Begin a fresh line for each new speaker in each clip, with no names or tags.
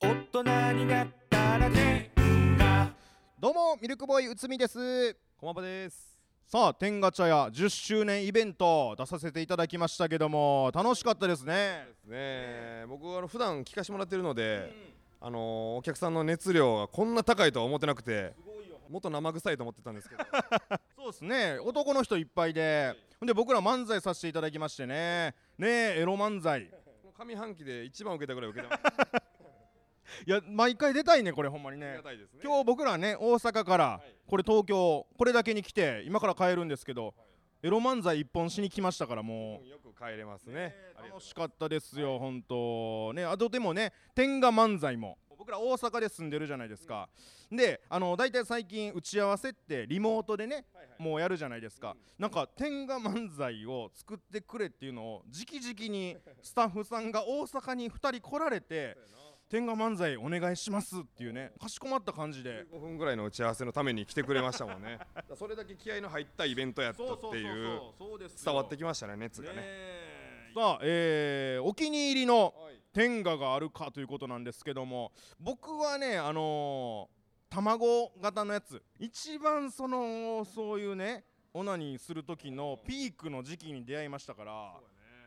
人になったらねが
どうもミルクボーイ内海です
駒場です
さあ天ガチャ屋10周年イベント出させていただきましたけども楽しかったですね
ねえ僕はあの普段聞かしてもらってるので、あのーお客さんの熱量がこんな高いとは思ってなくてもっと生臭いと思ってたんですけど
そうですね男の人いっぱいでほんで僕ら漫才させていただきましてねねえエロ漫才い
上半期で一番受けたぐらい受けた
や毎回出たいねこれほんまに
あり
ね
がたいですね
今日僕らね大阪から
い
これ東京これだけに来て今から帰るんですけどエロ漫才一本しに来ましたからもう
よく帰れますねありがとうございま
楽
す
しかったですよ、本当ねあとでもね天下漫才も僕ら大阪で住んでるじゃないですか、であの大体最近打ち合わせってリモートでね、もうやるじゃないですか、なんか天下漫才を作ってくれっていうのを直々にスタッフさんが大阪に2人来られて天下漫才お願いしますっていうねかしこまった感じで
5分ぐらいの打ち合わせのために来てくれました もん ねだからそれだけ気合いの入ったイベントやったっていう
そうです
伝わってきましたね熱がね
さあ、えーお気に入りの
はい
天下があるかということなんですけども僕はねあのー卵型のやつ一番そのそういうねオナニーする時のピークの時期に出会いましたから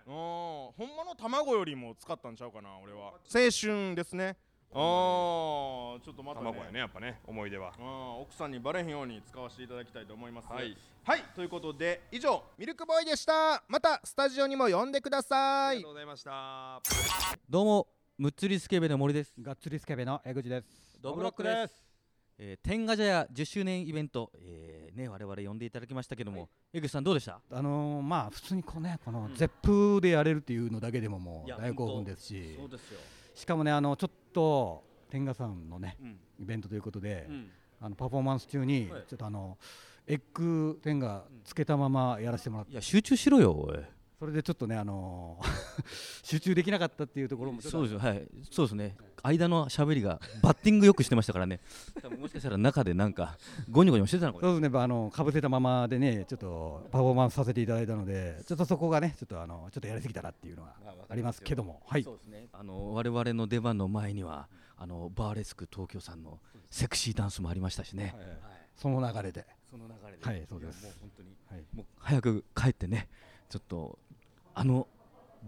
うんほんまの卵よりも使ったんちゃうかな俺は青春ですねあーちょっとまた、ね、
卵やねやっぱね思い出は
うん奥さんにバレへんように使わせていただきたいと思います
はい
はい、ということで以上ミルクボーイでしたまたスタジオにも呼んでくださ
あり
い
がとうございました
どうも、むっつりスケベの森です。
がっつりスケベの江口です。
ドブロックです。えー、天下茶屋10周年イベント、えー、ね、我々呼んでいただきましたけども、江口さんどうでした
あのー、まあ普通にこうねこの
うん
絶風でやれるっていうのだけでもも
いや
う大興
ほん
奮
と
ですし、
ですよ。
しかもねあのちょっと天下さんのね
うん。
イベントということで、
うん。
あのパフォーマンス中に
はい
ちょっとあのエッグ天下つけたままやらせてもらって、
いや、集中しろよ、おい。
それでちょっとねあのー 集中できなかったっていうところもちょっと
そうですよはい。そうですね。間の喋りが、バッティングよくしてましたからね。 多分もしかしたら中でなんか、ゴニョゴニョしてたのかも
そうですね、まああのかぶせたままでね、ちょっとパフォーマンスさせていただいたので、ちょっとそこがね、ちょっとあのちょっとやりすぎたなっていうのはありますけども、はい
そう、ですね。あの我々の出番の前にはあのバーレスク東京さんのセクシーダンスもありましたしね。はい
その流れで、
その流れで。
はいそうです
いやもう本当に
はい、
もう早く帰ってね、ちょっとあの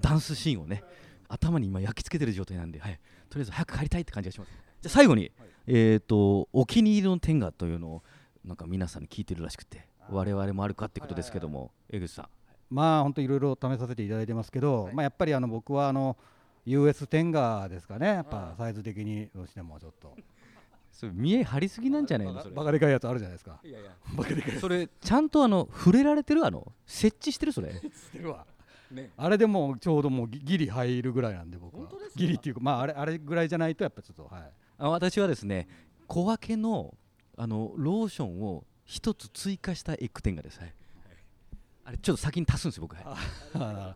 ダンスシーンをね頭に今焼き付けてる状態なんで、はい。とりあえず早く帰りたいって感じがします。じゃあ最後に、えっとお気に入りの天下というのをなんか皆さんに聞いてるらしくて。我々もあるかってことですけども、江口さん、
まあ本当いろいろ試させていただいてますけど、まあやっぱりあの僕はあの US テンガーですかね、やっぱサイズ的にどうしてもちょっと
それ見え張りすぎなんじゃないの
バ
そ
カ
れ
バカでかいやつあるじゃないですか。
いやいや
バカでかいや
それちゃんとあの触れられてるあの設置してるそれ
つってるわ。
ね
あれでもうちょうどもうギギリ入るぐらいなんで僕は
本当ですか
ギリっていうかまああれあれぐらいじゃないとやっぱちょっとはい
あ私はですね小分けのあのローションを一つ追加したエッグテンガです、はい、あれちょっと先に足すんですよ僕はい
あ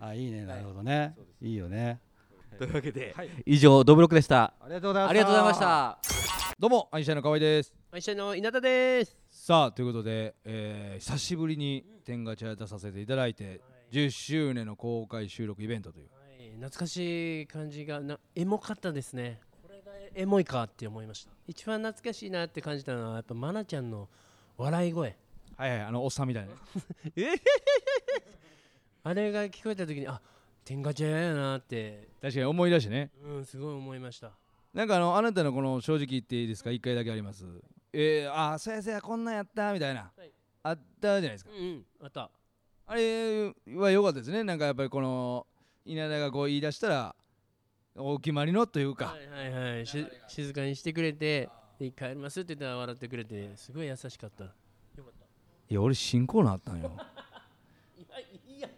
あいいねなるほどね、い、いよね
というわけで、以上ドブロックでした
ありがとうございま
あ
した
りがとうございました
どうもアインシャインの河合です
一緒の稲田です。
さあということで、えー久しぶりに天ガチャ出させていただいて、10周年の公開収録イベントという
はい、懐かしい感じがなエモかったですね。これがエモいかって思いました。一番懐かしいなって感じたのはやっぱマナちゃんの笑い声。
はいはいあのおっさん みたいなね
あれが聞こえた時にあ天下茶屋やなって
確かに思い出してね
うんすごい思いました。
なんかあのあなたのこの正直言っていいですか1回だけありますえー、ああそうやそうやこんなんやったみたいな、
い
あったじゃないですか
うん、うん、あった。
あれは良かったですねなんかやっぱりこの稲田がこう言い出したらお決まりのというか、
はいはいはい。し静かにしてくれて。で帰りますって言ったら笑ってくれてすごい優しかった。い
いや俺新コーナーあったんよ
や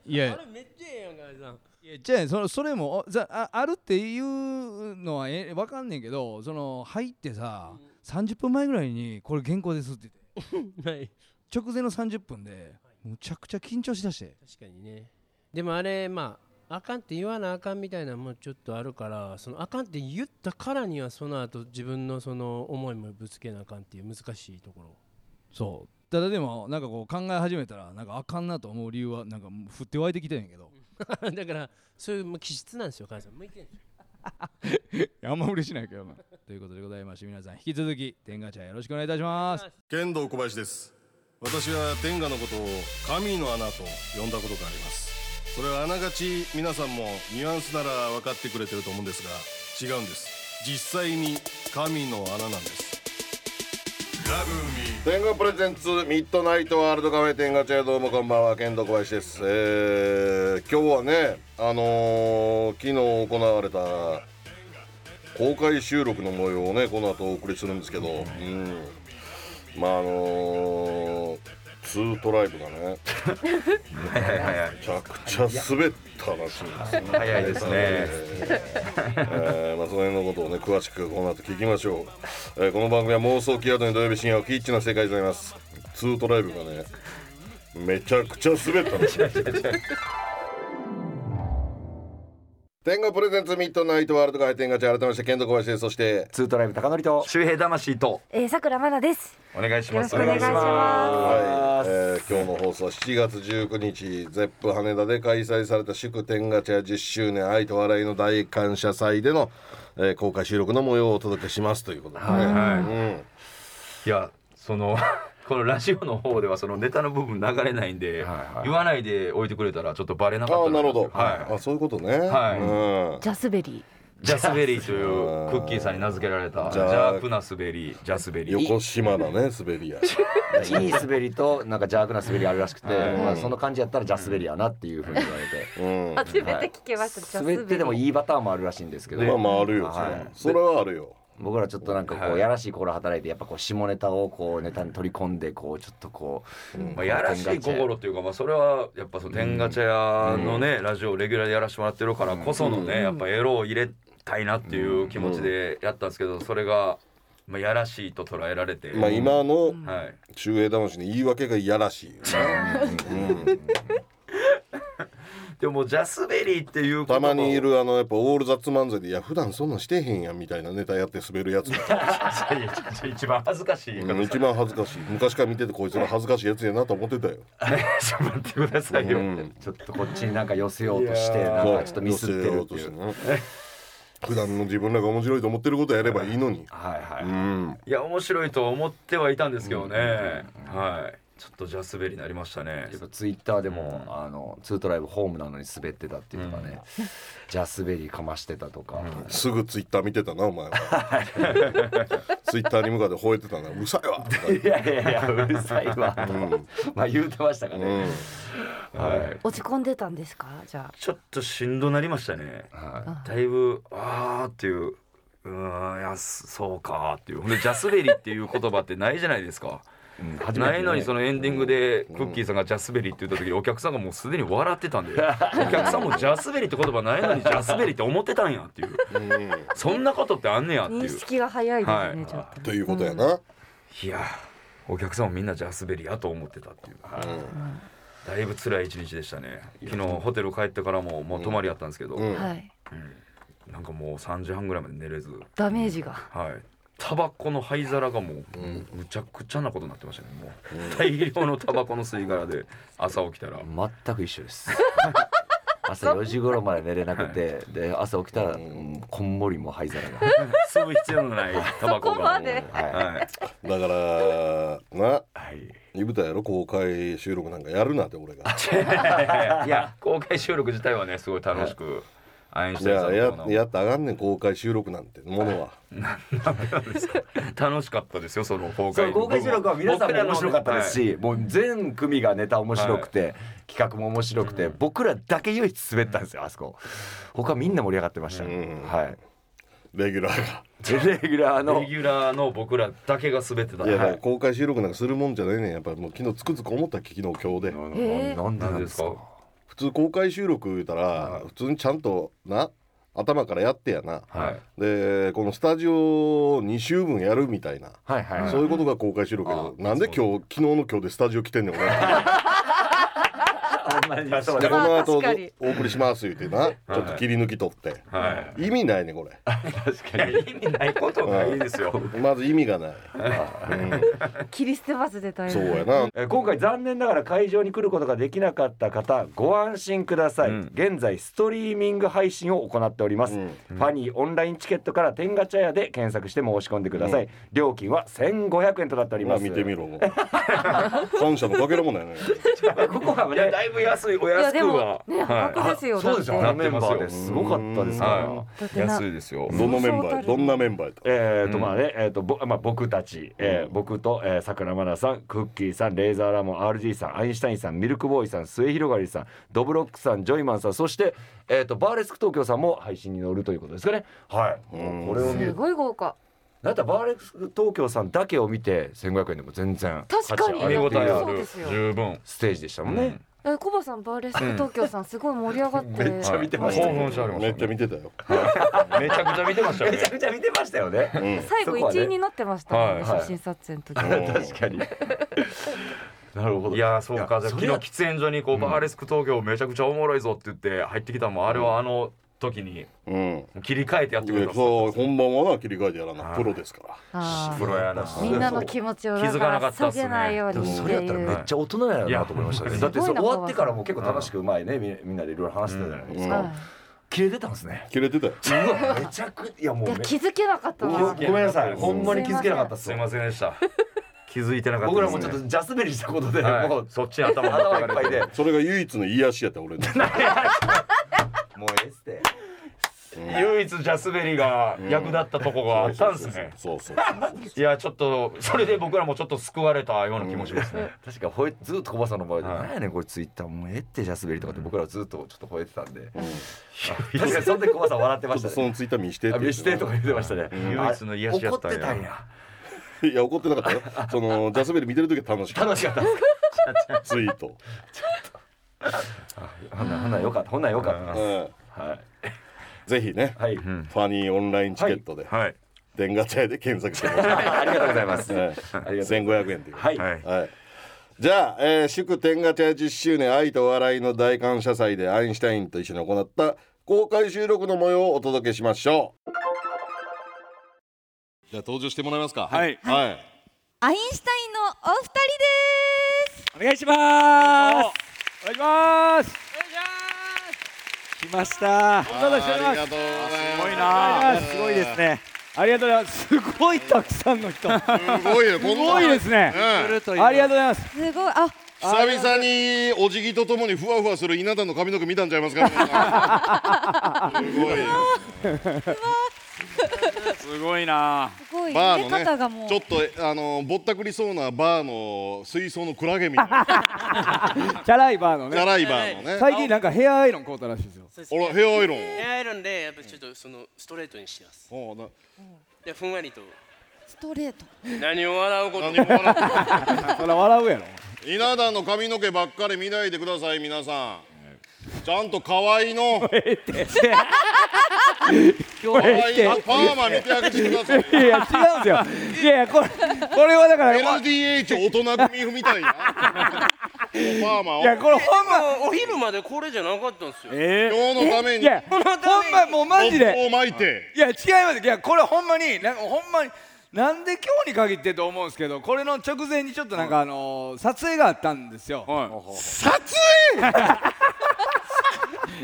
いや
いや
れめっちゃええやんかさん。
いやじゃあそのそれもおざああるっていうのはえ分かんねんけどその入ってさ、30分前ぐらいに「これ原稿です」って
はい。
言って直前の30分でむちゃくちゃ緊張しだして
確かにねでもあれまああかんって言わなあかんみたいなのもちょっとあるからそのあかんって言ったからにはその後自分のその思いもぶつけなあかんっていう難しいところ
そうただでもなんかこう考え始め たらなんかあかんなと思う理由はなんかもう降って湧いてきてんやけど、
だからそういうもう気質なんですよ母さん向いてるんですよ
やあんま嬉しないけどなということでございまして皆さん引き続き天ガチャよろしくお願いいたします
剣道小林です私は天下のことを神の穴と呼んだことがありますそれはあながち皆さんもニュアンスなら分かってくれてると思うんですが違うんです実際に神の穴なんです天狗プレゼンツミッドナイトワールドカフェ天狗チェどうもこんばんは剣道小林です、えー、今日はねあのー、昨日行われた公開収録の模様をねこの後お送りするんですけどうんまああのー、ツートライブが ねめちゃくちゃ滑ったらしいですね早いですね、えーまあ、その辺のことをね詳しくこの後聞きましょう、えーこの番組は妄想キアドに土曜日深夜はキッチンの世界でございますツートライブがねめちゃくちゃ滑ったんですよ天狗プレゼンツミッドナイトワールドカイ天狗チ改めまして剣道小林ですそして
ツートライブ高則と周平魂と
えー、さくらまなです。
お願いし
よ
ま
ろし
す
くお願いしま
は
す
い、えー今日の放送は7月19日ゼップ羽田で開催された祝天ガチャ10周年愛と笑いの大感謝祭での、えー公開収録の模様をお届けしますということでね、
はいはい
うん、
いやその このラジオの方ではそのネタの部分流れないんで、
はいはい
言わないで置いてくれたらちょっとバレなかっ
あ
た
あ
んで
な
す
る
よ
ほど、
は
あそういうことね、
はい
うん
す。ジャスベリー。
い、ジャスベリーというクッキーさんに名付けられた
ジ
ジ
ャ
ャークな滑りジャスベリー
横島だね滑りや
いい滑りとなんか邪悪な滑りあるらしくて、まあ、その感じやったら邪滑りやなっていうふうに言われて、
うん
初めて聞きました。ジャスベ
滑
リ
っ
ー。
てでもいいパターンもあるらしいんですけど、
まあまああるよ、
はい
それそれはあるよ
僕らちょっとなんかこ
は
う
い
やらしい心働いてやっぱこう下ネタをこうネタに取り込んでこうちょっとこう、
まあ、やらしい心っていうか、まあ、それはやっぱその天ガチャ屋のね、ラジオをレギュラーでやらせてもらってるからこそのね、やっぱエロを入れたいなっていう気持ちでやったんですけどそれが、まあ、やらしいと捉えられて、
まあ今の
はい、
中英魂の言い訳がいやらしいよね、うん
でももうジャスベリーっていう言葉
た
を
まにいるあのやっぱオールザッツ漫才で「いや普段そんなんしてへんやん」みたいなネタやって滑る やつが
いやいやちょ一番恥ずかしい言い
うん
方
一番恥ずかしい昔から見ててこいつら恥ずかしいやつやなと思ってた よ、
ちょっと待ってくださいうよ、
ん、
ちょっとこっちになんか寄せようとしてなん
そ
か
う
ちょっとミスってるっ
寄
てい
せ
う。
ようとしてね普段の自分らが面白いと思ってることやればいいのに
はいはい、
うん
いや面白いと思ってはいたんですけどね、はいちょっとジャスベリーになりましたね
やっぱツイッターでも、あのツートライブホームなのに滑ってたっていうとかね、じゃあ滑りかましてたとか、
すぐツイッター見てたなお前はツイッターに向かって吠えてたな「うるさいわ」とか言っ
い
て
やいやいやうるさいわ、まあ言うてましたか
う
ね、
ん
はい
落ち込んでたんですか。じゃ
ちょっとしんどなりましたね
は
だいぶあーっていううーんいやそうかーっていうほんでジャスベリーっていう言葉ってないじゃないですか
いうん初めてね
ないのにそのエンディングでクッキーさんが「ジャスベリー」って言った時お客さんがもうすでに笑って たんでお客さんも「ジャスベリー」って言葉ないのに「ジャスベリー」って思ってたんやっていうそんなことってあんね
あ
やってい
認
う
識が早いですね。
はい
ちょっと。
ということやな、
いやーお客さんもみんなジャスベリーやと思ってたっていう、だいぶ辛い一日でしたね昨日ホテル帰ってからももう泊まりやったんですけど、
うん
はい。
なんかもう3時半ぐらいまで寝れず
ダメージが。
はいタバコの灰皿がもう、むちゃくちゃなことになってましたねもう、大量のタバコの吸い殻で朝起 きたら
全く一緒です 朝4時頃まで寝れなくてで朝起きたら、うんこんもりもう灰 皿が
吸う必要のないタバコが
そこまで
はい
はい
だからな
はい
イブタやろ公開収録なんかやるなって俺が
いや公開収録自体はねすごい楽しくアイン
じ
シュタイン
ゃ
さ
あ
ん
や
とかの
やったらあかんねん公開収録なんてものは
楽しかったですよその公
そ
開
の公開収録は皆さんも面白かったです
はい
し、もう全組がネタ面白くて、企画も面白くて、僕らだけ唯一滑ったんですよあそこ他みんな盛り上がってました、
ん
はい
レギュラーが。
レギュラーの
レギュラーの僕らだけが滑ってた
いや、だ
は
から
い
公開収録なんかするもんじゃないねんやっぱもう昨日つくづく思ったっけ昨日今日で
えー
なんで
な
なんん
で
ですす
か
か
普通公開収録言うたら普通にちゃんとな頭からやってやな、
はい
でこのスタジオ2週分やるみたいな、
はいはい
そういうこと が公開収録やけどなんで今日昨日の今日でスタジオ来てんねん俺
あ
まに
でこの後お送りします言ってな、ちょっと切り抜き取って、
は
意味ないね これ
確か に意味ないことがいいですよ
まず意味がない、
切り捨てますで大変
そうやな
えー今回残念ながら会場に来ることができなかった方ご安心ください、現在ストリーミング配信を行っております、ファニーオンラインチケットから天ガチャ屋で検索して申し込んでください、
うん
料金は1500円となっております
まあ見てみ ろ感謝のかけらもないね
ここはね
だいぶ安いお
い
安
や
く
で
は
もね破格ですよ
あそうですよ
だ
な
っ
ってて
メンバ
ます
ー
よ
ですごかったです
は
から
って
い
な
安いですよ
どのメンバーやどんなメンバーやった
えーとまあね、えーとぼまあ、僕たち、えー僕と、えー、桜真奈さんクッキーさんレーザーラモン RG さんアインシュタインさんミルクボーイさん末広がりさんドブロックさんジョイマンさんそして、えー、とバーレスク東京さんも配信に乗るということですかねはいもうこれを見
す
る
ごい豪華
だったらバーレスク東京さんだけを見て1500円でも全然
確かに
価値
見
ある
応
って
え
いう
あ
そうで
る
すよ
十分
ステージでしたもんね、
えコバさんバーレスク東京さんすごい盛り上がって
めっちゃ見てました
興奮してありま
めっ
し
ちゃ見てたよ
ためちゃくちゃ見てましたよ
め
ね
ちゃくちゃ見てましたよね、
最後
そこはね
1位になってましたもんね
はいはい
写真撮影の時
確かになるほど
いやーそうかじゃあ
そ
昨
れ
日喫煙所にこう、バーレスク東京めちゃくちゃおもろいぞって言って入ってきたもんあれはあの時に
うん
切り替えてやってく
い
れ
や
た
そう本番はな切り替えてやらな
はい
プロですから
あー
プロやな
みんなの気持ちをだ
気づ
か
かなからった
下
っすね
げないよう
で
に
も
っ
そ
て
れやっ
い
たらめ
う
っちゃ大人やなと思いましたね。
いや
だってそ
すご
れ
いな
終わってからも結構楽しく前ねみみんなでいろいろ話してたじゃないです
うん
か。
は
切れてたんですね。
切れてたよ
うわめちゃくいやも
いういや
め
気づけなかった
ご
わ
ごめんなさいほんまに気づけなかったっす
すい
よ。
ませんでした気づいてなかった
僕ら
です
も
ね
ちょっとジャスベリーしたことで
はい
もう
そっちに頭持って
頭
か
いっ
れ
てぱいで
それが唯一の癒しやった俺の
もうええっすって。
唯一ジャスベリが役立ったとこがあったんですね
そうそう
いやちょっとそれで僕らもちょっと救われたような気持ちですね
確かほえずっと小バさんの場合で
はい
何やねんこれツイッターもうええってジャスベリーとかって僕らはずっとちょっと吠えてたんで。
うん
確かにその時小バさん笑ってま
ちょっ
し
と
た
そ
ね。
のツイッター見してっ
あ
て言
見
っ
してとか言ってましたね。
唯一の癒しやった
あ怒っ
んや
てたんや。
いや怒ってなかったよそのジャスベリ見てる時は楽しかっ
楽しかった。
たツイート
ほんならほんならよかった。ほんならよかった。
うん
はい。
ぜひね
はい。
ファニーオンラインチケットで
はい
電ガチャ屋で検索してもら
ありがとうございます。
え
ありがとうござい
1500円という
ます。はい。
はい
はい。じゃあ、えー祝天ガチャ10周年愛と笑いの大感謝祭でアインシュタインと一緒に行った公開収録の模様をお届けしましょう。じゃあ登場してもらえますか。はい。はい。
アインシュタインのお二人です。
お願いします。お願いします。来まし
あ
た。
ありがとうございます。すごい
あすごいです。ね。ありがとうございます。すごいたくさんの人。す
すごいよ。こんな
ごいですね。ありがとうございます。
すごい、あ、
久々にお辞儀とともにふわふわする稲田の髪の毛見たんちゃいますか皆さん。 すごい。
すごいな。
すごい、
バ
入れ方
ー
が
の
も
ね、
う。
ちょっとえあのぼったくりそうなバーの水槽のクラゲみたいな、
チャラいバーの
チャ
ね。
ラいバーのね。
最近なんかヘアアイロン買うたらしいですよ。
そうです
俺
ね
ヘアアイロン。
ヘアアイロンでやっぱりちょっとそのストレートにしてます。
おうな
でふんわりと
ストレート。
何を笑うこと
何も笑ってない
そら笑うやろ。
稲田の髪の毛ばっかり見ないでください皆さんちゃんと可愛いの 可
これ
愛いの
っ
パーマ見てあげてください
て。いや違うんですよ。いやいやこれこれはだから。い
LDH 大人組みたいなパーマを
や
今
これほんま。
お昼までこれじゃなかったんですよ。
えー
日のため
い
に
やほんまもうマジで。
を巻いて
いや違いますいやこれほんまになんかほんまになんで今日に限ってと思うんですけどこれの直前にちょっとなんかあのー撮影があったんですよ、撮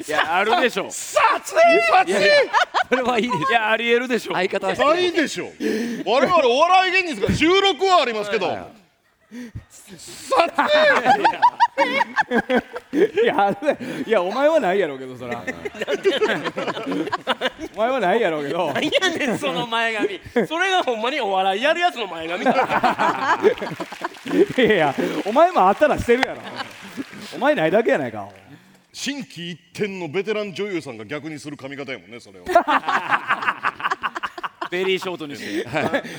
いや、あるでしょ。
撮影
いやいやそれはいいです。いや、ありえるでしょ。相方
ないでしょ我々お笑い芸人ですから収録はありますけど
いやあるいやお前はないやろうけどそらお前はないやろうけど
何やねんその前髪。それがほんまにお笑いやるやつの前髪。
いやいやお前もあったらしてるやろお前ないだけやないか
新規一点のベテラン女優さんが逆にする髪型やもんねそれは
ベリーショートにして。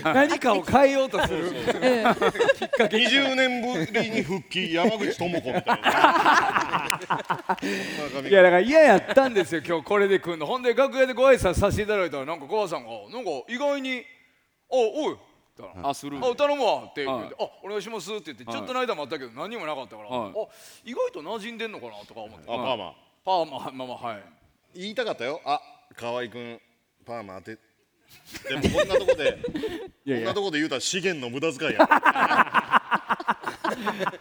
何かを変えようとする
20年ぶりに復帰山口智子みたいなそんな髪型
いやだから嫌やったんですよ今日これで来るのほんで楽屋でご挨拶させていただいたらなんか母さんがなんか意外に「おおい言ったら
あする
あ頼むわって言って、
はい
あお願いしますって言って、
はい
ちょっとの間もあったけど何にもなかったから、
はい
あ意外と馴染んでんのかなとか思っ
あ
て、
パーマ
パーマまあまあはい
言いたかったよあ河合君パーマ当て でもこんなとこでこんなとこで言うたら資源の無駄遣いや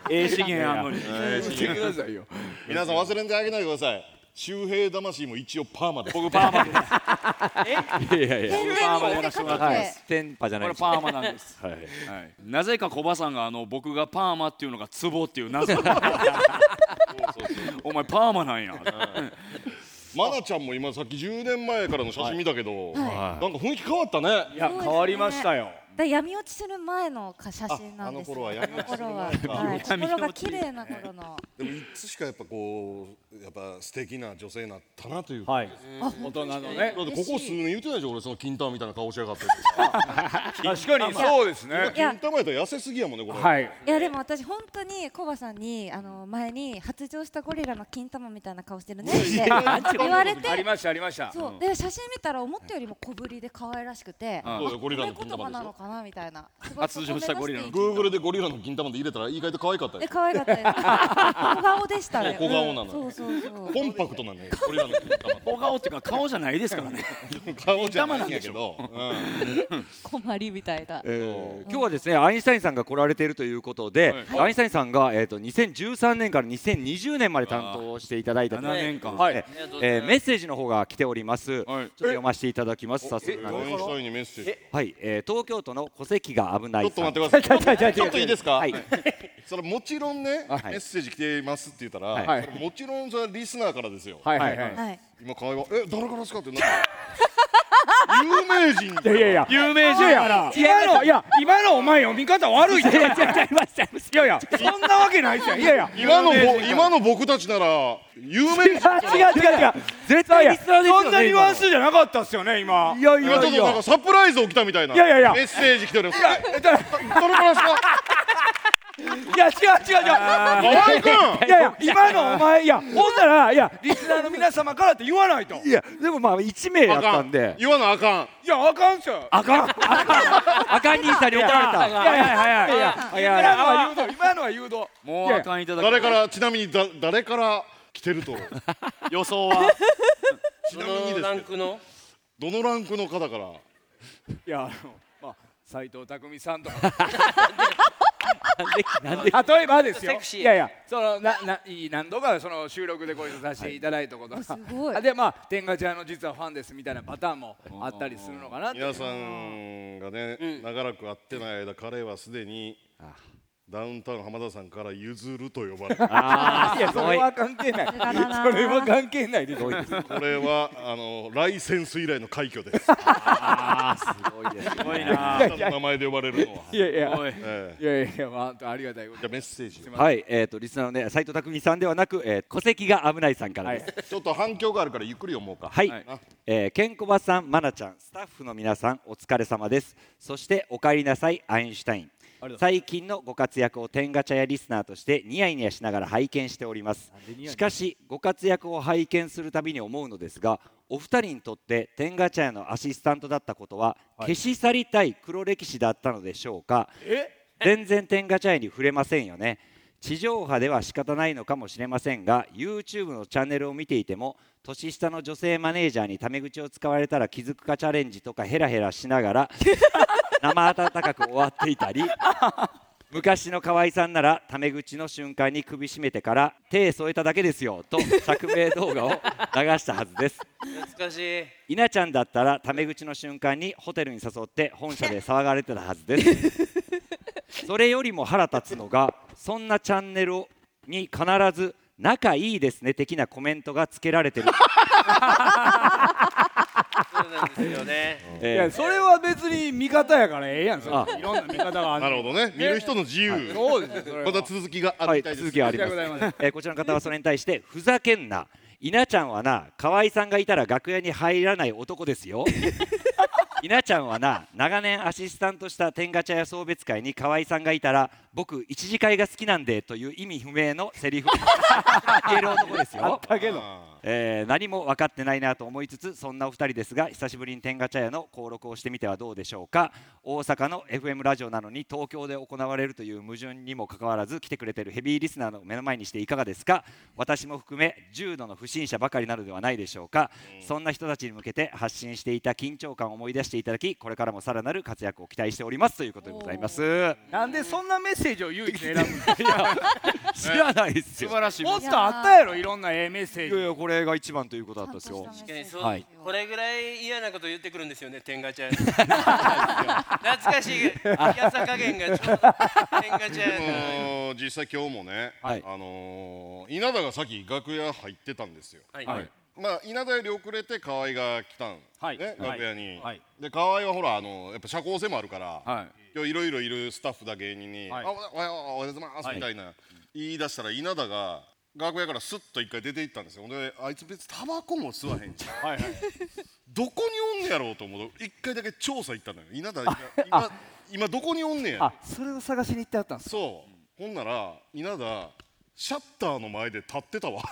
ええ資源あんのに
いやいやええ資源
言ってくださいよ
皆さん忘れんであげないでください周平魂も一応パーマです
僕パーマです
え
いやいや
全然
パーマやらせてもらってます
若くて
天パじゃないです
これパーマなんです
はい、なぜかコバさんがあの僕がパーマっていうのがツボっていう 謎のお前パーマなんや
マナちゃんも今さっき10年前からの写真見たけど、
はい
なんか雰囲気変わったねい
や
変わりました
よ
だ闇落ちする前のか写真なんですよ
ああの頃は闇落ちする前か
あの頃ははい
闇落ち
心が綺麗な 頃の
でもいつしかやっぱこうやっぱ素敵な女性になったなという、
はい
あ
大人の
だっ
ね
てここ数年言ってないでしょ俺その金玉みたいな顔しやがって
確かにそうですね
今金玉やったら痩せすぎやもんねこれ
はい
いやでも私本当にコバさんにあの前に発情したゴリラの金玉みたいな顔してるねって 言われて
ありましたありました
そうで写真見たら思ったよりも小ぶりで可愛らしくて
うん
あ
そうよゴリラの
こういうことか
金玉でしょ
なのかなみたいなすごい
発情したゴリラの
そ
グーグルでゴリラの金玉で入れたら意外と可愛かった
え可愛かったです小顔でしたね
小顔なのよ
うんそうそう そう
コンパクトなのよゴリラの金玉
小顔っていうか顔じゃないですからね
顔じゃ
頭
な
ないん
んや
で
け
しょ
ど、
困りみたいな
えー今日はですねアインシュタインさんが来られているということで、
はい
アインシュタインさんが、えー、と2013年から2020年まで担当していただいた
7年間
はい
はい
えーメッセージの方が来ております、ちょっと読ませていただきます早速なんです
えどういうにメッセージ
はい、えー東京都の戸籍が危ない
ちょっと待ってくださいちょっといいですか、
はい、
それもちろんね、
はい
メッセージ来てますって言ったら、
はい
それもちろんそれはリスナーからですよ
はいはいはい
はい
今会話え誰からですかってな有名人
いやいやいや 有名人やから
今のいや今のお前読み方悪いっていや
い
やいやそんなわけないじゃんいやいや
今のぼ
有名人
今の僕たちなら有名人
違う違う違う
絶
対
リスナーですよね
そんなニュアンスじゃなかったっすよね今い
やいやいや
ちょっとなんかサプライズ起きたみたいない
やいやいや
メッセージ来ております
えだ
どれからですか
いや違う違う違う
あー河合君
いやいや今のお前 いやほんならいやリスナーの皆様からって言わないと
いやでもまあ1名やったんで
言わなあかん
いやあかんっすよ
あかんあかん兄さんに怒られ
いやいやいや
た
いやいや
いやいや
今のは誘導今のは誘導
も
いうや
あかんいただき
誰からちなみにだ誰から来てると
予想は
ちなみにですランクのどのランクの方から
いやあのまあ斉藤匠さんとか
なん
で
例えばですよ
セクシー
いやいやそのなないい何度かその収録でご一緒させていただいたことが、あでまあ天下ちゃんの実はファンですみたいなパターンもあったりするのかなって
皆さんがね、長らく会ってない間彼はすでにダウンタウン浜田さんから譲ると呼ばれてる
いやそれは関係ないそれは関係ないです
これはあのライセンス以来の快挙です。
あ
す
ごいですね
名前で呼ばれるのは。
いやいや
お
いやいやまあ本当ありがたいことじ
ゃメッセージ
はい、えー、とリスナーのね斉藤匠さんではなく、えー戸籍が危ないさんからです、
ちょっと反響があるからゆっくり読もうか。
はい、えー、ケンコバさん、マナちゃん、スタッフの皆さん、お疲れ様です。そして、お帰りなさい、アインシュタイン
ありがとうございま。す
最近のご活躍を天ガチャやリスナーとしてニヤニヤしながら拝見しております
でニヤニヤ
しかしご活躍を拝見するたびに思うのですがお二人にとって天ガチャやのアシスタントだったことは、
はい
消し去りたい黒歴史だったのでしょうか
え
全然天ガチャに触れませんよね地上波では仕方ないのかもしれませんが YouTube のチャンネルを見ていても年下の女性マネージャーにタメ口を使われたら気づくかチャレンジとかヘラヘラしながら生温かく終わっていたり昔の河合さんならタメ口の瞬間に首絞めてから手添えただけですよと釈明動画を流したはずです
懐かしい
稲ちゃんだったらタメ口の瞬間にホテルに誘って本社で騒がれてたはずです それよりも腹立つのがそんなチャンネルに必ず「仲いいですね」的なコメントがつけられ てる
ですよね
えー
いやそれは別に見方やからええやんそれ
あ
いろんな見方があ
なるほどね見る人の自由
はいそうですよそれ
ま
は
た続きがある
は
み
い
たいです。
続きがありますえーこちらの方はそれに対してふざけんな稲ちゃんはな河合さんがいたら楽屋に入らない男です よ稲ちゃんはな長年アシスタントした天ガチャや送別会に河合さんがいたら僕一次会が好きなんでという意味不明のセリフ言える男ですよ
だけど
えー何も分かってないなと思いつつそんなお二人ですが久しぶりに天下茶屋の登録をしてみてはどうでしょうか大阪の FM ラジオなのに東京で行われるという矛盾にもかかわらず来てくれてるヘビーリスナーの目の前にしていかがですか私も含め重度の不審者ばかりなのではないでしょうかそんな人たちに向けて発信していた緊張感を思い出していただきこれからもさらなる活躍を期待しておりますということでございます
なんでそんなメッセージを唯一選ぶの
知らないっすよ
素晴らしいもっ
いや
とあったやろいろんなええメッセー
い
ジ
やいやこれが一番ということだったんですよ
確かにそう、
はい
これぐらい嫌なこと言ってくるんですよね、天ガチャ。懐かしい、やさ加減がちょっと、天ガチャ やな。
もう実際今日もね、あのー稲田がさっき楽屋入ってたんですよ、
はいはい
まあ稲田より遅れて河合が来たん、ね
はい
楽屋に、で河合はほらあのやっぱ社交性もあるから、今日いろいろいるスタッフだ芸人に「
はい
あおはようおはようおはようございます」みたいな、言い出したら稲田が楽屋からスッと一回出て行ったんですよであいつ別にタバコも吸わへんじゃんどこにおんねやろうと思う一回だけ調査行ったのよ稲田今今今どこにおんねや
あそれを探しに行ってあったんです
そうほんなら稲田シャッターの前で立ってたわ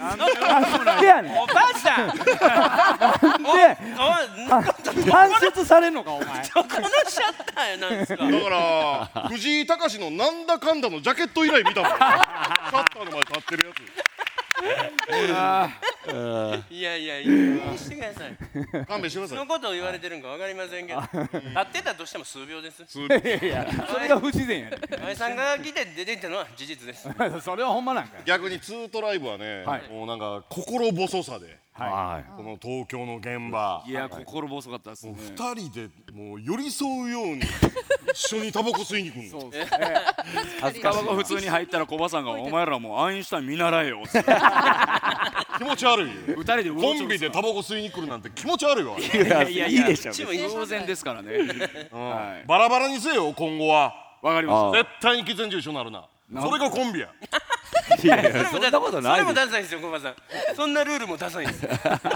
なん
なんでやねん
おばあちゃん。
なんで反出されんのかお前
どこのシャッターやなんです
だ
か。
から藤井隆のなんだかんだのジャケット以来見たもんシャッターの前立ってるや
あ
つ
いやいやいや、してください。
勘弁してくださ
そ
い
のことを言われてるんかわかりませんけど、立ってたとしても数秒です。
数秒いやい
やそれが不自然やね
お前さんが来て出ていったのは事実です。
それはほんまなんか
逆にツートライブはね、
はい
もうなんか心細さで、
はい
この東京の現場
いや心細かったですね
二人でもう寄り添うように一緒にタバコ吸いに行くんそう
ですねスタバが普通に入ったら小バさんが「お前らもうアインシュタイン見習 えよ」
気持ち悪い
二人で
コンビでタバコ吸いに来るなんて気持ち悪いわ
いやいやいやいいでしょ
別に
当然ですからね
はいバラバラにせよ今後は
わかりました
絶対に喫煙所一緒になるなそれがコンビや
いやいや
いや
そ
そんなことない
れもダサいですよ、小林さん。そんなルールもダサい です。わざわ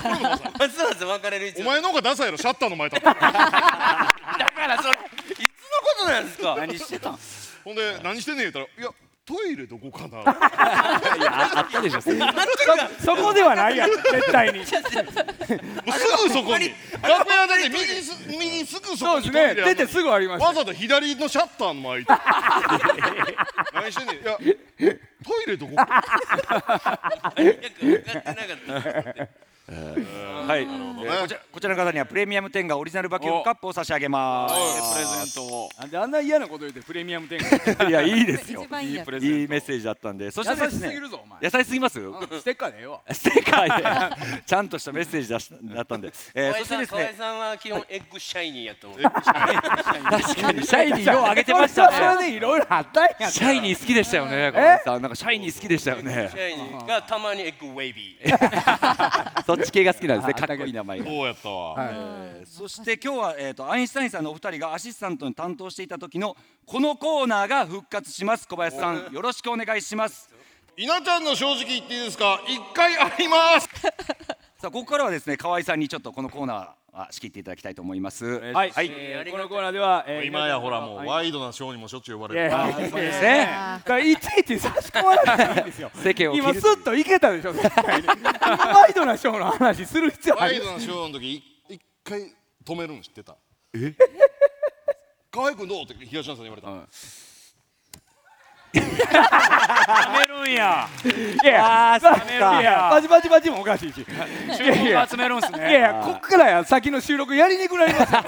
ざ別れる必
お
要
前の方がダサいやろシャッターの前立ってる
だからそれいつのことなんですか。
何してたんほんで何してんねん言ったらいやトイレどこかな
いやあったでしょそれ
そこではないやん絶対に
もうすぐそこに楽屋だって右にす右にすぐそこに
そうですね
トイレあんのに
出てすぐありました
わざと左のシャッターの前行って何してんねんいやトイレどこか
はい、えーこちらこちらの方にはプレミアム天下オリジナルバキュームカップを差し上げます。プレゼントを。
なんであんな嫌なこと言ってプレミアム店
いやいいですよ
一番いいやつ
いいメッセージだったんでそしてで
優しすぎるぞお前
優しすぎます、
ステッカーでええわ
ステッカーでちゃんとしたメッセージだしだったんで、えーそ
小林さん
してです
小林
ね
さんは基本エッグシャイニーやと思う。
確かにシャイニーよう上げてましたね
それそれでいろいろあったんや
シャイニー好きでしたよね小林さんなんかシャイニー好きでしたよね
シャイニーがたまにエッグウェイビー。
そっち系が好きなんですね
あ
かっこいい名前が
そうやったわ
はい
えーそして今日は、えー、とアインシュタインさんのお二人がアシスタントに担当していた時のこのコーナーが復活します小林さんよろしくお願いします
稲ちゃんの正直言っていいですか一回あります
さあここからはですね河合さんにちょっとこのコーナーは仕切っていただきたいと思いますはい、はい
えーこのコーナーでは、えー
今やほらもうワイドなショーにもしょっちゅう呼ば
いや
れ
い
る
やいや
あそうです
いやだからいちいち差し込まなくていいんですよ
世間を切
今
る
スッといけたでしょ絶対に ワイドなショーの話する必要あ
ワイ
り
ド
ま
な
す
ショーの時い一回止めるの知ってたえ河合君どうって東野さんに言われた、
やめるんや
いや
あーそっか
いやバチバチバチもおかしいし
注目集めるんすね
いやいやこっからや先の収録やりにくくなります よ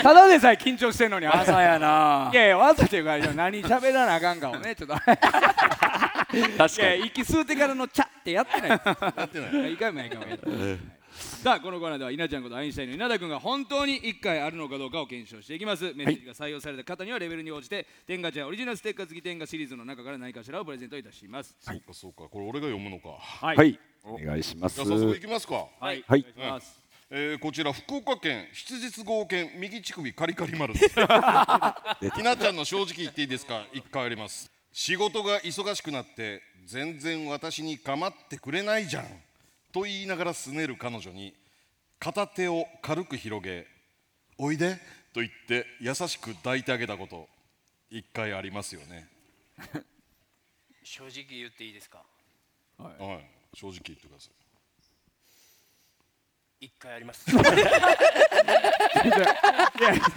ただでさえ緊張してんのに
わざやない
やいやわざというか何喋らなあかんかをねちょっと
確
いや息吸うてからのチャってやって ないや
って
ないいかんもいかんもいかんさあこのコーナーでは稲ちゃんことアインシュタインの稲田君が本当に1回あるのかどうかを検証していきますメッセージが採用された方にはレベルに応じて天下茶屋オリジナルステッカー付き天下シリーズの中から何かしらをプレゼントいたします
そうかそうかこれ俺が読むのか
はいはい
お
願いします
じゃあ早速いきますか
はい
はい
うんえーこちら福岡県質実合県右乳首カリカリ丸ひなちゃんの正直言っていいですか一回あります仕事が忙しくなって全然私に構ってくれないじゃんと言いながらすねる彼女に片手を軽く広げおいでと言って優しく抱いてあげたこと一回ありますよね
正直言っていいですか。
はい、正直言ってくださ
一回あります。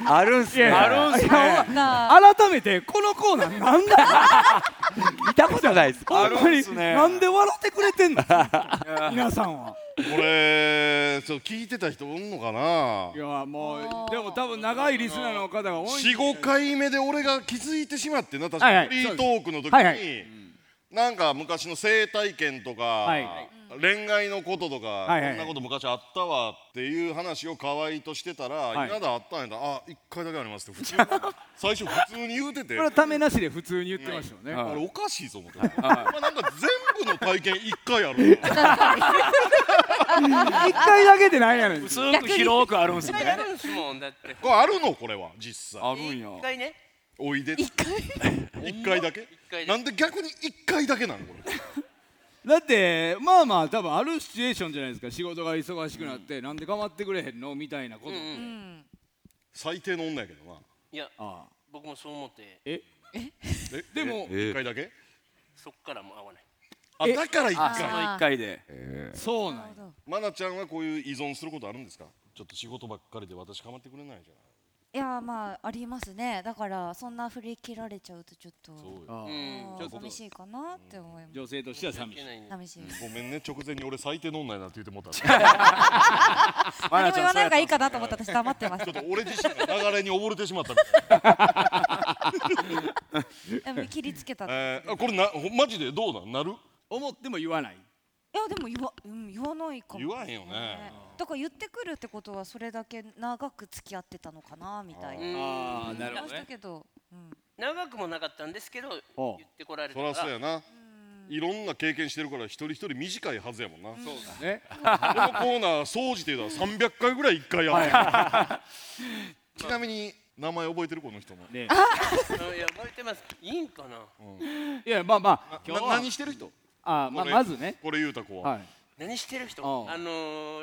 あるんすね
いや あるんす
そ
ね
う
改めてこのコーナーなんだ
見たことないです
本当になんで笑ってくれてんの
皆
さんは
これちょっと聞いてた人おんのかない
やもうでも多分長いリスナーの方が多い
45回目で俺が気づいてしまってな確
はい
か
は
に
い
フリートークの時に、
はいはい
なんか昔の生体験とか、
はい
恋愛のこととか、
はいはい
こんなこと昔あったわっていう話を河合としてたら、
はい
稲田あったんやったらあ一回だけありますって普通に最初普通に言うて
こ
て
れはためなしで普通に言ってましたよね、
あれおかしいと思って、お
はい
前なんか全部の体験一回 ある
一回だけでないやねん
普通と広くあるんすね
一回あるんすもんだって。
これあるのこれは実際あるんや
一回ね。
おいで一回一回だけ
回だけ
なんで逆に一回だけなのこれ
だってまあまあ多分あるシチュエーションじゃないですか仕事が忙しくなって、なんで構ってくれへんのみたいなこと、
最低の女やけどない
や、僕もそう思って。
え
え
でも
え一回だけ
そっからもう会わない。
あ
え
だから一回
あその一回で
そうなん
やマナちゃんはこういう依存することあるんですかちょっと仕事ばっかりで私構ってくれないじゃ
いやまあありますねだからそんな振り切られちゃうとちょっと
ああ
うん
ちょっと
寂しいかなって思います
女性としては寂しい
寂しい
ないごめんね直前に俺最低の女やなって言ってもうた
何も言わない方がいいかなと思って私黙ってます
ちょっと俺自身が流れに溺れてしまったみたい
でも切りつけたってこと
えーあこれなほマジでどうなんなる
思っても言わない
いやでも言わ、うん、言わないかも
言わへんよね
だから言ってくるってことはそれだけ長く付き合ってたのかなみたいな
あーなる
言い
ほどね
ましたけど、うん、
長くもなかったんですけど、
おう
言ってこられた
そ
からら。
そうやないろんな経験してるから一人一人短いはずやもんなそう
だね
このコーナー総じて言うたら300回ぐらい1回やる ちなみに名前覚えてるこの人の
ね
あいや、覚えてます。いいんかな。
いやまあまあ
な何してる人
あまあ
これ
まずね
これ言うた子は、
はい
何してる人
ああ
あの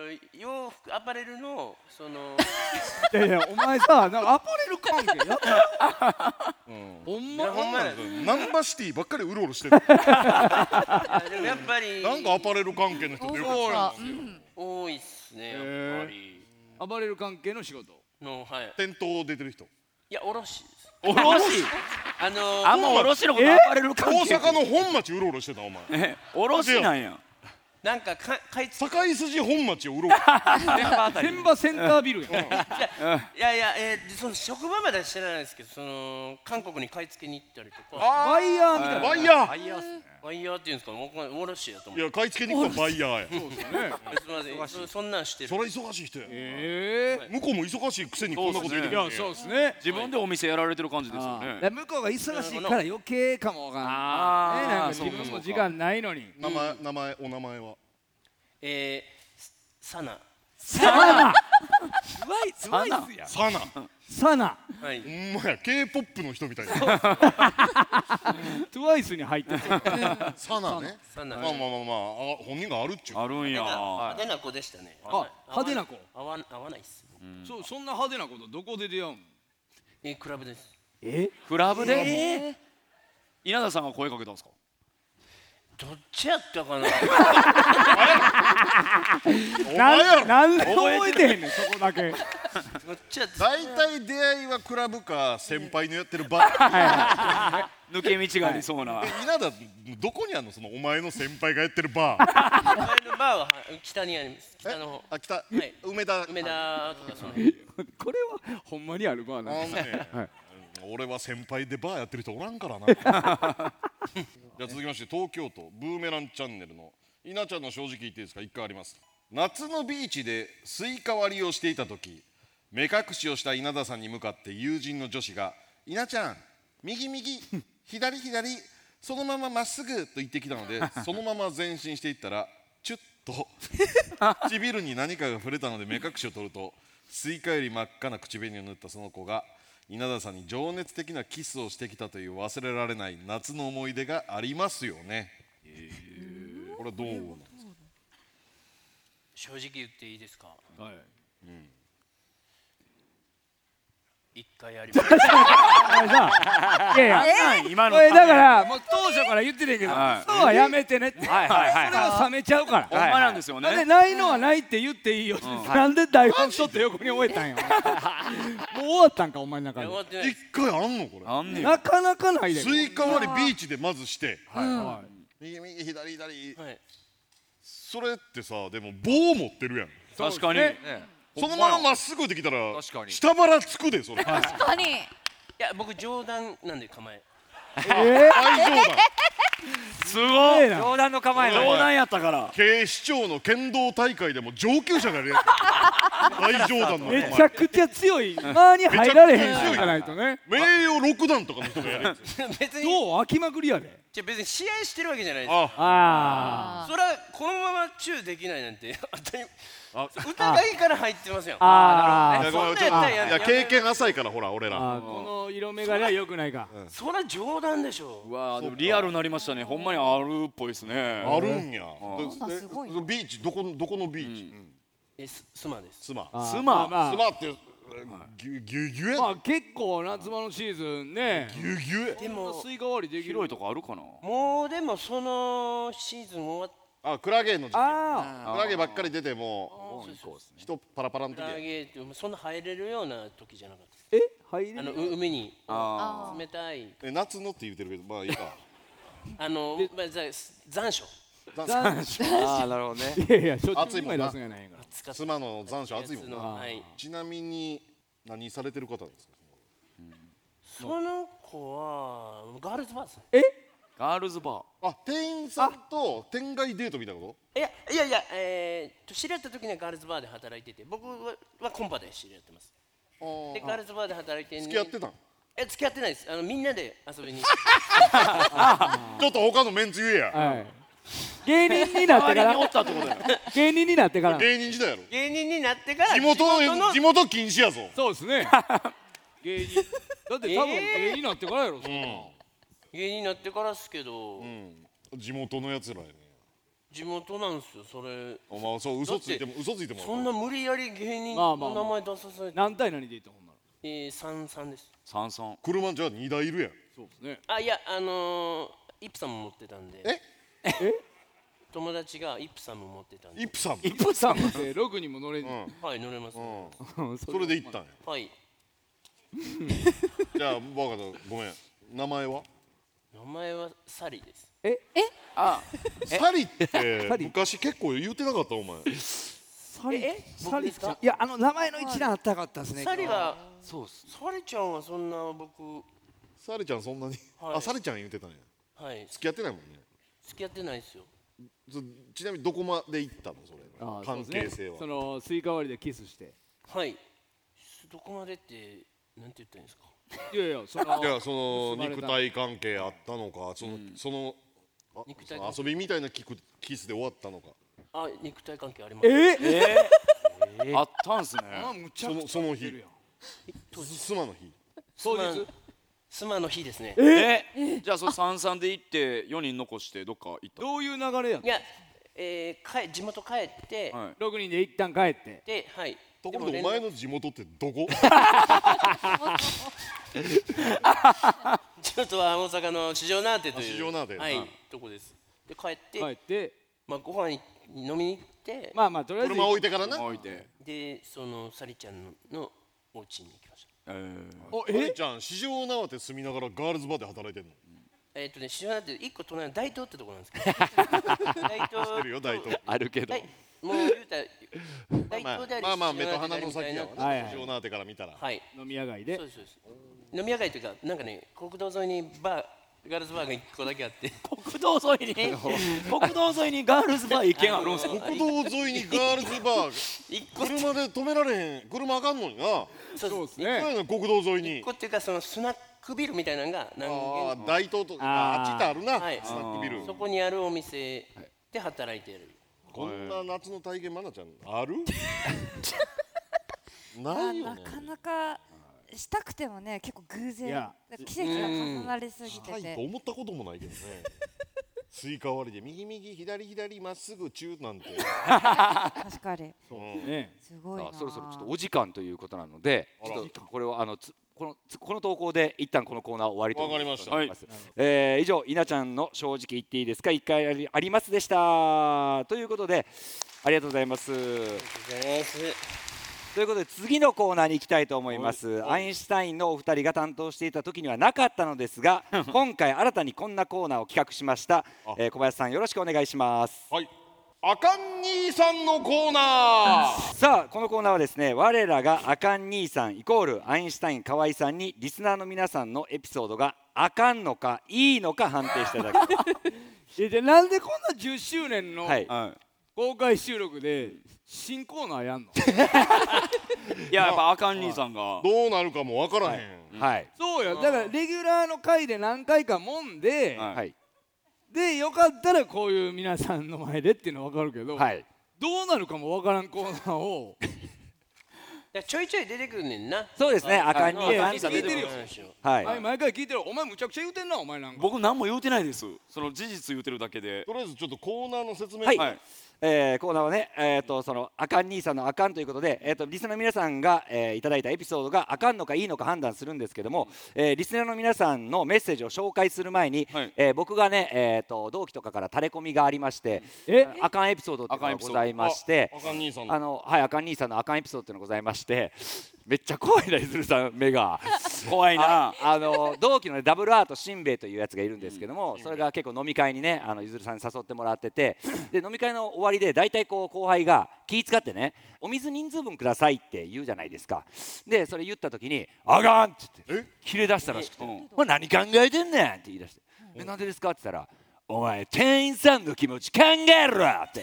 ー、洋服アパレルのその
いやいやお前さなんかアパレル関係やった
ほ
ん
まほんま
や
ナンバシティばっかりうろうろしてる
でもやっぱり
なんかアパレル関係の人ってよく
そうなんです
よ、
多いっすねやっぱり
暴れる関係の仕事
のはい
店頭出てる人
いや卸です
卸
あのー、
あんま卸のことアパレル関係
大阪の本町うろうろしてたお前
え 卸なんや
なんかか買い
境筋本町 をうろうろ
千葉センタービルやん
いやいや、えー、でその職場までは知らないですけどその韓国に買い付けに行ったりとか
ワイヤーみたいな
ワイヤー
ワイヤーっすねワイヤーっていうんですかわかんない卸やと思
いうや買い付けに行くのバイヤーや
そうですよねすみませんそそんなんしてる
それ忙しい人や、
え
向こうも忙しいくせにこんなこと言ってくる
そうっすねいやそうっすね自分でお店やられてる感じですよね
だから向こうが忙しいから余計かもが
あー
ねなんか
そ
自
うか
分も時間ないのに
名前名前お名前は
えー、すサナ
サナ
うわいすごいっすやん
サナ
サナ
はい
ほんまや K-POP の人みた いな
トゥワイスに入ってる
サナね
サナ
まあまあまあまああ本人があるっちゅう
あるんや
派手な子でしたね
あ派手な子
合わ合わないっす
そうそんな派手なことどこで出会うん
えー、クラブです
え
クラブ
え
で稲田さんが声かけたんですか
どっちやったかな
なんなんで
覚え
覚えてへんねんそこだけ
大体出会いはクラブか先輩のやってるバー
抜け道がありそうな
で稲田どこにあんのそのお前の先輩がやってるバー
前のバーははい北にあります北の方
あ北、
はい、
梅田
梅田とかその
これはほんまにあるバーなんですね
あんね俺は先輩でバーやってる人おらんからなじゃあ続きまして東京都ブーメランチャンネルの稲ちゃんの正直言っていいですか一回あります夏のビーチでスイカ割りをしていた時目隠しをした稲田さんに向かって友人の女子が「稲ちゃん右右左左そのまままっすぐ」と言ってきたのでそのまま前進していったらチュッと唇に何かが触れたので目隠しを取るとスイカより真っ赤な口紅を塗ったその子が稲田さんに情熱的なキスをしてきたという忘れられない夏の思い出がありますよね、これはどう思うの
正直言っていいですか
はい
一回あります
いやいや
えー今の
これだから
もう
当初から言ってたけど
はい
そうはやめてねってそれ
はいはいはい
は冷めちゃうから
ほんまなんですよね
なんでないのはないって言っていいよって
うん
なんで台本ちょっと横に置いたんよもう終わったんかお前の中で
一回あんのこれ
あん
ねんなかなかないで
スイカ割りビーチでまずして
はいは
右右左左それってさでも棒持ってるやん
確かに
ね
ね
そのまままっすぐできたら下腹つくでそれ
確かにいや僕冗談なんで構え
えー大丈夫だ
すごい
冗談の構え冗談やったから警視庁の剣道大会でも上級者がやるやつ大冗談の構え
めちゃくちゃ強い間に入られへん人じゃないとね
名誉六段とかの人がやるやつ
別に
どう飽きまくりやで
じゃあ別に試合してるわけじゃないです
あ
それはこのままチューできないなんて当たり疑いから入ってますよ
あー
そんなやったらや
いや経験浅いからほら俺ら
あこの色眼鏡は良くないか
そりゃ冗談でしょ
うわあでもリアルになりましたねほんまにあるっぽいですね
あるんや
あ
で
あすごい
でビーチどこのどこのビーチ
えす妻です
妻
あ
妻
まあまあ
妻ってぎゅぎゅぎゅや
まあ結構夏場のシーズンね
ぎゅぎゅ
でも
スイカ割りできる
広いとこあるかな
もうでもそのシーズン終わっ
あクラゲの時期
あ
ー
クラゲばっかり出ても
そうそう
う人パラパラの
ク
時
ラ
や
ゲってそんな入れるような時じゃなかった
え入
あのう海に
あ
冷たい
え夏のって言ってるけどまあい いか
あのまあざ残暑
残暑あーなるほどね
いやいやしょっち
暑
ゅ
いうもん
前
な
出すんやないんやから
妻の残暑暑いもんな、
やつのはい
ちなみに何されてる方なんですか
その子はガールズバーです
え
ガールズバー
あ店員さんと店外デートみたいなこ
いやいやいや、えー、と知り合った時にはガールズバーで働いてて僕ははコンパで知り合ってます
と
でガールズバーで働いてんね
付き合ってたん
え付き合ってないですあのみんなで遊びに
ちょっと他のメンツ言えや、
はい芸人になって から
周りにおったってことや
芸人になってから
芸人時代やろ
芸人になってから
地元
仕事の
地元禁止やぞ
そうです ね芸人だって多分芸人になってからやろそんな
芸人になってからっすけど、
地元のやつらやね
地元なんですよそれ
お前そう嘘ついても
だって
嘘ついてもらう
そんな無理やり芸人
まあ
の
まあまあ
名前出させて、
何対何で言ったほんなら
えー、三三です
三三
車じゃあ2台いるやん
そうですね
あいやあのー、イプサム持ってたんでえ
え
友達がイプサム持ってたんで
イプサム
イプサムってログにも乗れんの
はい乗れます、
そ
それで行ったんや
はい
じゃあバカだごめん名前は
名前はサリです
ええ
あ
サリって
サリ
昔結構言ってなかったお前
サリ
え
サリちゃん
僕ですか
いやあの名前の一覧あったかったですね
サリは
そうっす
サリちゃんはそんな僕
サリちゃんそんなに
はい
あサリちゃん言ってたんや
はい
付き合ってないもんね
付き合ってないですよ
そちなみにどこまで行ったのそれ
あー
関係性は
そうですねそのスイカ割りでキスして
はいどこまでってなんて言ったらいいんですか
いやいやそ の
いやその
結ばれた
肉体関係あったのかそのそのあ
肉
そ
体関
の
係
遊びみたいなキクキスで終わったのか
あ肉体関係あります
ええ
あったんすね
そのその日妻の日
当日妻の日ですね
えじゃあその三三で行って四人残してどっか行った
どういう流れやっ
いや、えー、帰地元帰って、
はい
た6人で一旦帰って
ではい
ところ
で
でお
も
前
連絡
の地元ってど こ
地元は大阪の四条ナーテという
あ四条ナーテ
はい、
はい
とこですで帰って、
帰って
まあご飯に飲みに行って
まあまあとりあえず
車置いてからな
置いて
でそのサリちゃんののお家に行きました
おえちゃん市場縄で住みながらガールズバーで働いてんの
えっ、とね四条ナーテ一個隣の大東ってところなんです けど大東
知ってるよ大東
あるけ
はいもう言うたら大
ま
東であ
あ
り
まあまあ目
四条
と
ナーテでり
鼻
み
の
た
先
いな
や
は
わ
いは
な
い
市場縄でから見たら
はい
飲み屋街で
そうですそうです飲み屋街というかなんかね国道沿いにバーガールズバーが一個だけあって
国道沿いに 国道沿いにガールズバー意見あるんすか
国道沿いにガールズバー車で止められへん車あかんのにな
そうです
そうやねん国道沿いに
こっていうかそのスナックビルみたいなのが何軒
あ
か
ー大東と
あー
ああっちってあるな
はい
スナックビル
そこにあるお店で働いてる
こんな夏の体験まなちゃんあ るないよ
な
ね
かなかしたくてもね結構偶
い
然
や
奇跡が重なりすぎて
したいと
て
思ったこともないけどね スイカ割りで右右左左まっすぐ中なんて
確かに
うん
ね
すごい
さ
な
あそろそろちょっとお時間ということなので
あら
ちょっとこれをあのつ
このつこの投稿で一旦このコーナー終わりと
わかりました
思いますえー以上稲ちゃんの正直言っていいですか一回ありありますでしたということでありがとうございますということで次のコーナーに行きたいと思いますアインシュタインのお二人が担当していた時にはなかったのです が今回新たにこんなコーナーを企画しました、えー小林さんよろしくお願いします
はいあかん兄さんのコーナー
さあこのコーナーはですね我らがアカン兄さんイコールアインシュタイン河合さんにリスナーの皆さんのエピソードがあかんのかいいのか判定していただき ます
いやじゃあなんでこんな10周年の
はい
公開収録で新コーナーやんの
いややっぱあかん兄さんが
どうなるかもわからへん
はい
そうよだからレギュラーの回で何回かもんで、
はい
でよかったらこういう皆さんの前でっていうのは分かるけど、
はい
どうなるかも分からんコーナーを
やちょいちょい出てくるねんな
そうですね
あ
あかん兄さん
あ
聞いてるよ
はい
前毎回聞いてるお前むちゃくちゃ言うてんなお前なんか
僕何も言うてないですその事実言うてるだけで
とりあえずちょっとコーナーの説明
はい、えーコーナーはね、えー、とそのあかん兄さんのあかんということで、えー、とリスナーの皆さんが、えーいただいたエピソードがあかんのかいいのか判断するんですけども、えーリスナーの皆さんのメッセージを紹介する前に、えー僕がね、えー、と同期とかからタレコミがありましてあかんエピソードっていうのがございまして
ああかん兄さんの
あの、はい、あかん兄さんのあかんエピソードっていうのがございましてめっちゃ怖いな伊豆さん目が
怖いな
ああの同期の、ね、ダブルアートしんべヱというやつがいるんですけども、それが結構飲み会にねあのゆずるさんに誘ってもらっててで飲み会の終わりで大体こう後輩が気使ってねお水人数分くださいって言うじゃないですかでそれ言った時に「あがん!」って言って切れ出したらしくて「お前何考えてんねん!」って言い出して「えなんでですか?」って言ったら「お前店員さんの気持ち考えろ!」って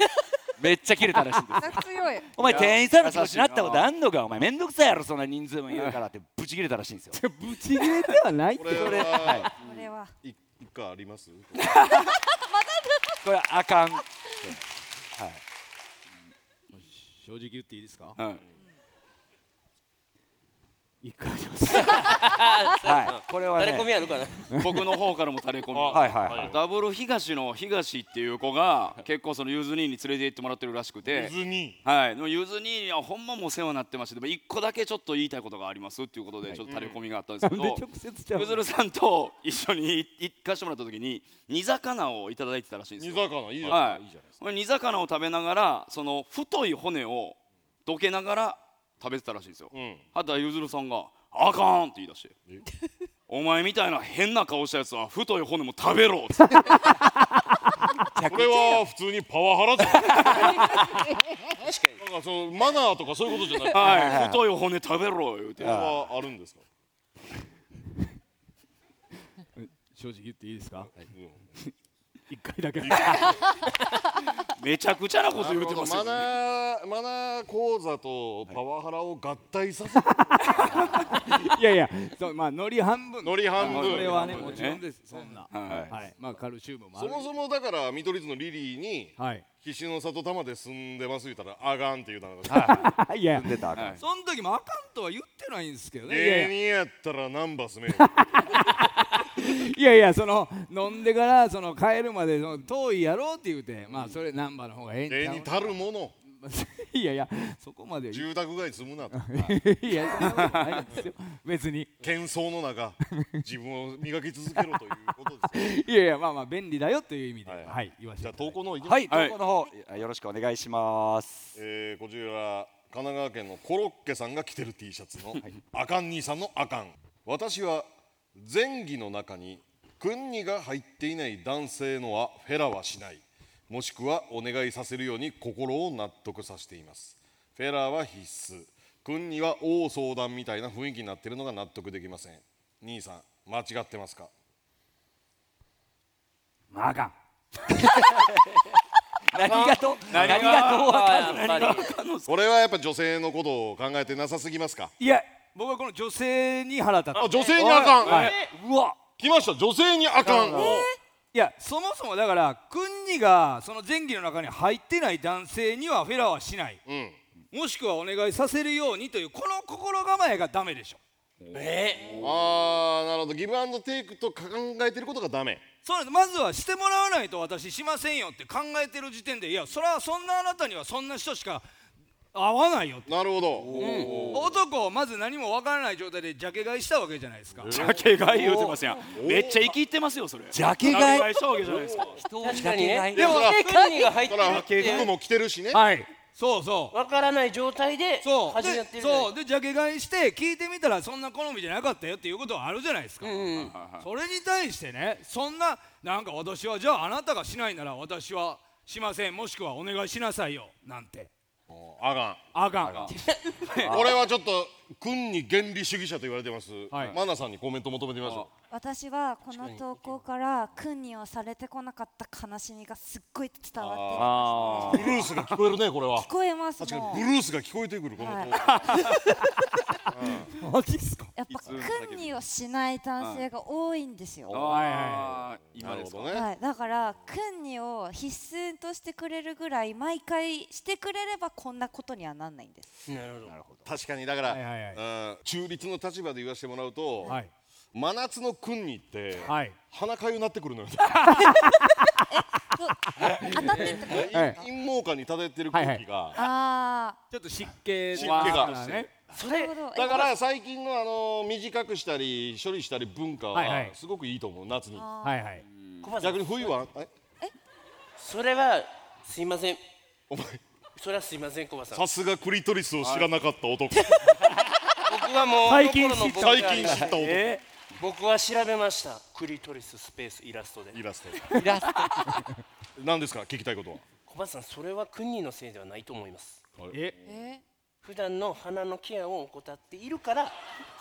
めっちゃ切れたらしいんですよ
強い
お前店員さんの気持ちになったことあんのかお前めんどくさいやろそんな人数も言うからってブチ切れたらしいんですよ
ブチ切れではないって
これは
これは
い一回あります
これ あかん
正直言っていいですか、
一回しますはい
これはね垂れ込みあるかな
僕の方からも垂れ込み
はいはいはい
ダブル東の東っていう子が結構そのゆず兄に連れて行ってもらってるらしくて
ゆず兄
はいでもゆず兄にはほんまもう世話になってましてでも一個だけちょっと言いたいことがありますっていうことでちょっと垂れ込みがあったんですけど、
なんで直接ちゃうの
ゆずるさんと一緒に行かしてもらった時に煮魚をいただいてたらしいんですよ
煮魚いいじゃ
は
ない
いこれ煮魚を食べながらその太い骨をどけながら食べてたらしいんですよ、あとはゆずるさんが「あかん!」って言い出して「お前みたいな変な顔したやつは太い骨も食 べろ」っつって
これは普通にパワハラじゃんなんかそのマナーとかそういうことじゃ
はい
なくて
太い骨食べろ言うて
これはあるんですか
正直言っていいですか、 一回だけ
めちゃくちゃなこと言うてます
な
よ、
るほどマナーマ
ね、
ナー講座とパワハラを合体させる
いやいやそうまあノリ半分
ノリ半分
それはね
ノリ半分
もちろんですそんな
は
はいい、まあカルシウムもあ
そ
る
もそもだから見取り図のリリーに
はい
岸の里玉で住んでます言ったらあがんって言うたの
はいいや住んでたらあかん
そ
その時もあかんとは言ってないんですけどねいや
芸
いや
人やったらナンバー住めよ
いやいやその飲んでからその帰るまでその遠いやろうって言うてまあそれ難波の方がええん
芸
ちゃう
人たるも の
いやいやそこまで
住宅街住むなと
いやそんなことないですよ別に
喧騒の中自分を磨き続けろということです
いやいやまあまあ便利だよという意味ではい、言わせてじゃあ
投稿の
はい投稿の方、よろしくお願いします
えーこちら神奈川県のコロッケさんが着てる T シャツのあかん兄さんのあかん私は前儀の中に訓にが入っていない男性のはフェラはしないもしくはお願いさせるように心を納得させていますフェラは必須君には大相談みたいな雰囲気になってるのが納得できません兄さん間違ってますか
まああかん
何
がと何がどうあかんの何が
これはやっぱ女性のことを考えてなさすぎますか
いや僕はこの女性に腹立って
あ女性にあかん
はい、
うわ来ました女性にあかん
いやそもそもだから君にがその前儀の中に入ってない男性にはフェラはしない、もしくはお願いさせるようにというこの心構えがダメでしょ
えああなるほどギブアンドテイクと考えてることがダメ
そうなんですまずはしてもらわないと私しませんよって考えてる時点でいやそれはそんなあなたにはそんな人しか合わないよ
なるほど、
うんお男まず何もわからない状態でジャケ買いしたわけじゃないですか
ジャケ買い言うてますやんめっちゃ生き入ってますよそれ
ジャケ買い
ジャしたわけじゃないですか
確かにね
でも
何が入ってるっていう
も着てるしね
はいそうそ う
わからない状態 で
そう
始まってる
で
じゃない
そうでジャケ買いして聞いてみたらそんな好みじゃなかったよっていうことはあるじゃないですか、それに対してねそんななんか私はじゃああなたがしないなら私はしませんもしくはお願いしなさいよなんて
あかん
あかん
俺はちょっと君に原理主義者と言われてます、
はい
マナさんにコメント求めてみましょ
私はこの投稿から訓にをされてこなかった悲しみがすっごい伝わって
うブルースが聞こえるねこれは
聞こえます
確か
もう
にブルースが聞こえてくるこの、
はい
マジっすか
やっぱ訓にをしない男性が多いんですよ。
あー今ですか
はい、だから訓にを必須としてくれるぐらい毎回してくれればこんなことにはなんないんです。
なるほど確かにだから、うん中立の立場で言わせてもらうと、真夏の君にって、鼻かゆなってくるのよ
当たってん
陰陰謀感に漂ってる空気が、
あ
ちょっと湿気
湿気が
それ
だから最近のあの短くしたり処理したり文化
はいは
はいすごくいいと思う夏に
はいはい
逆に冬はえ
それはすいません
お前
それはすいませんコバさん
さすがクリトリスを知らなかった男
僕はもう
最近知った
あの頃の僕が
最近知った男
え僕は調べましたクリトリススペースイラストで
イラス
トイラスト
何ですか聞きたいことは
小林さんそれはクニのせいではないと思います
え
普段の鼻のケアを怠っているから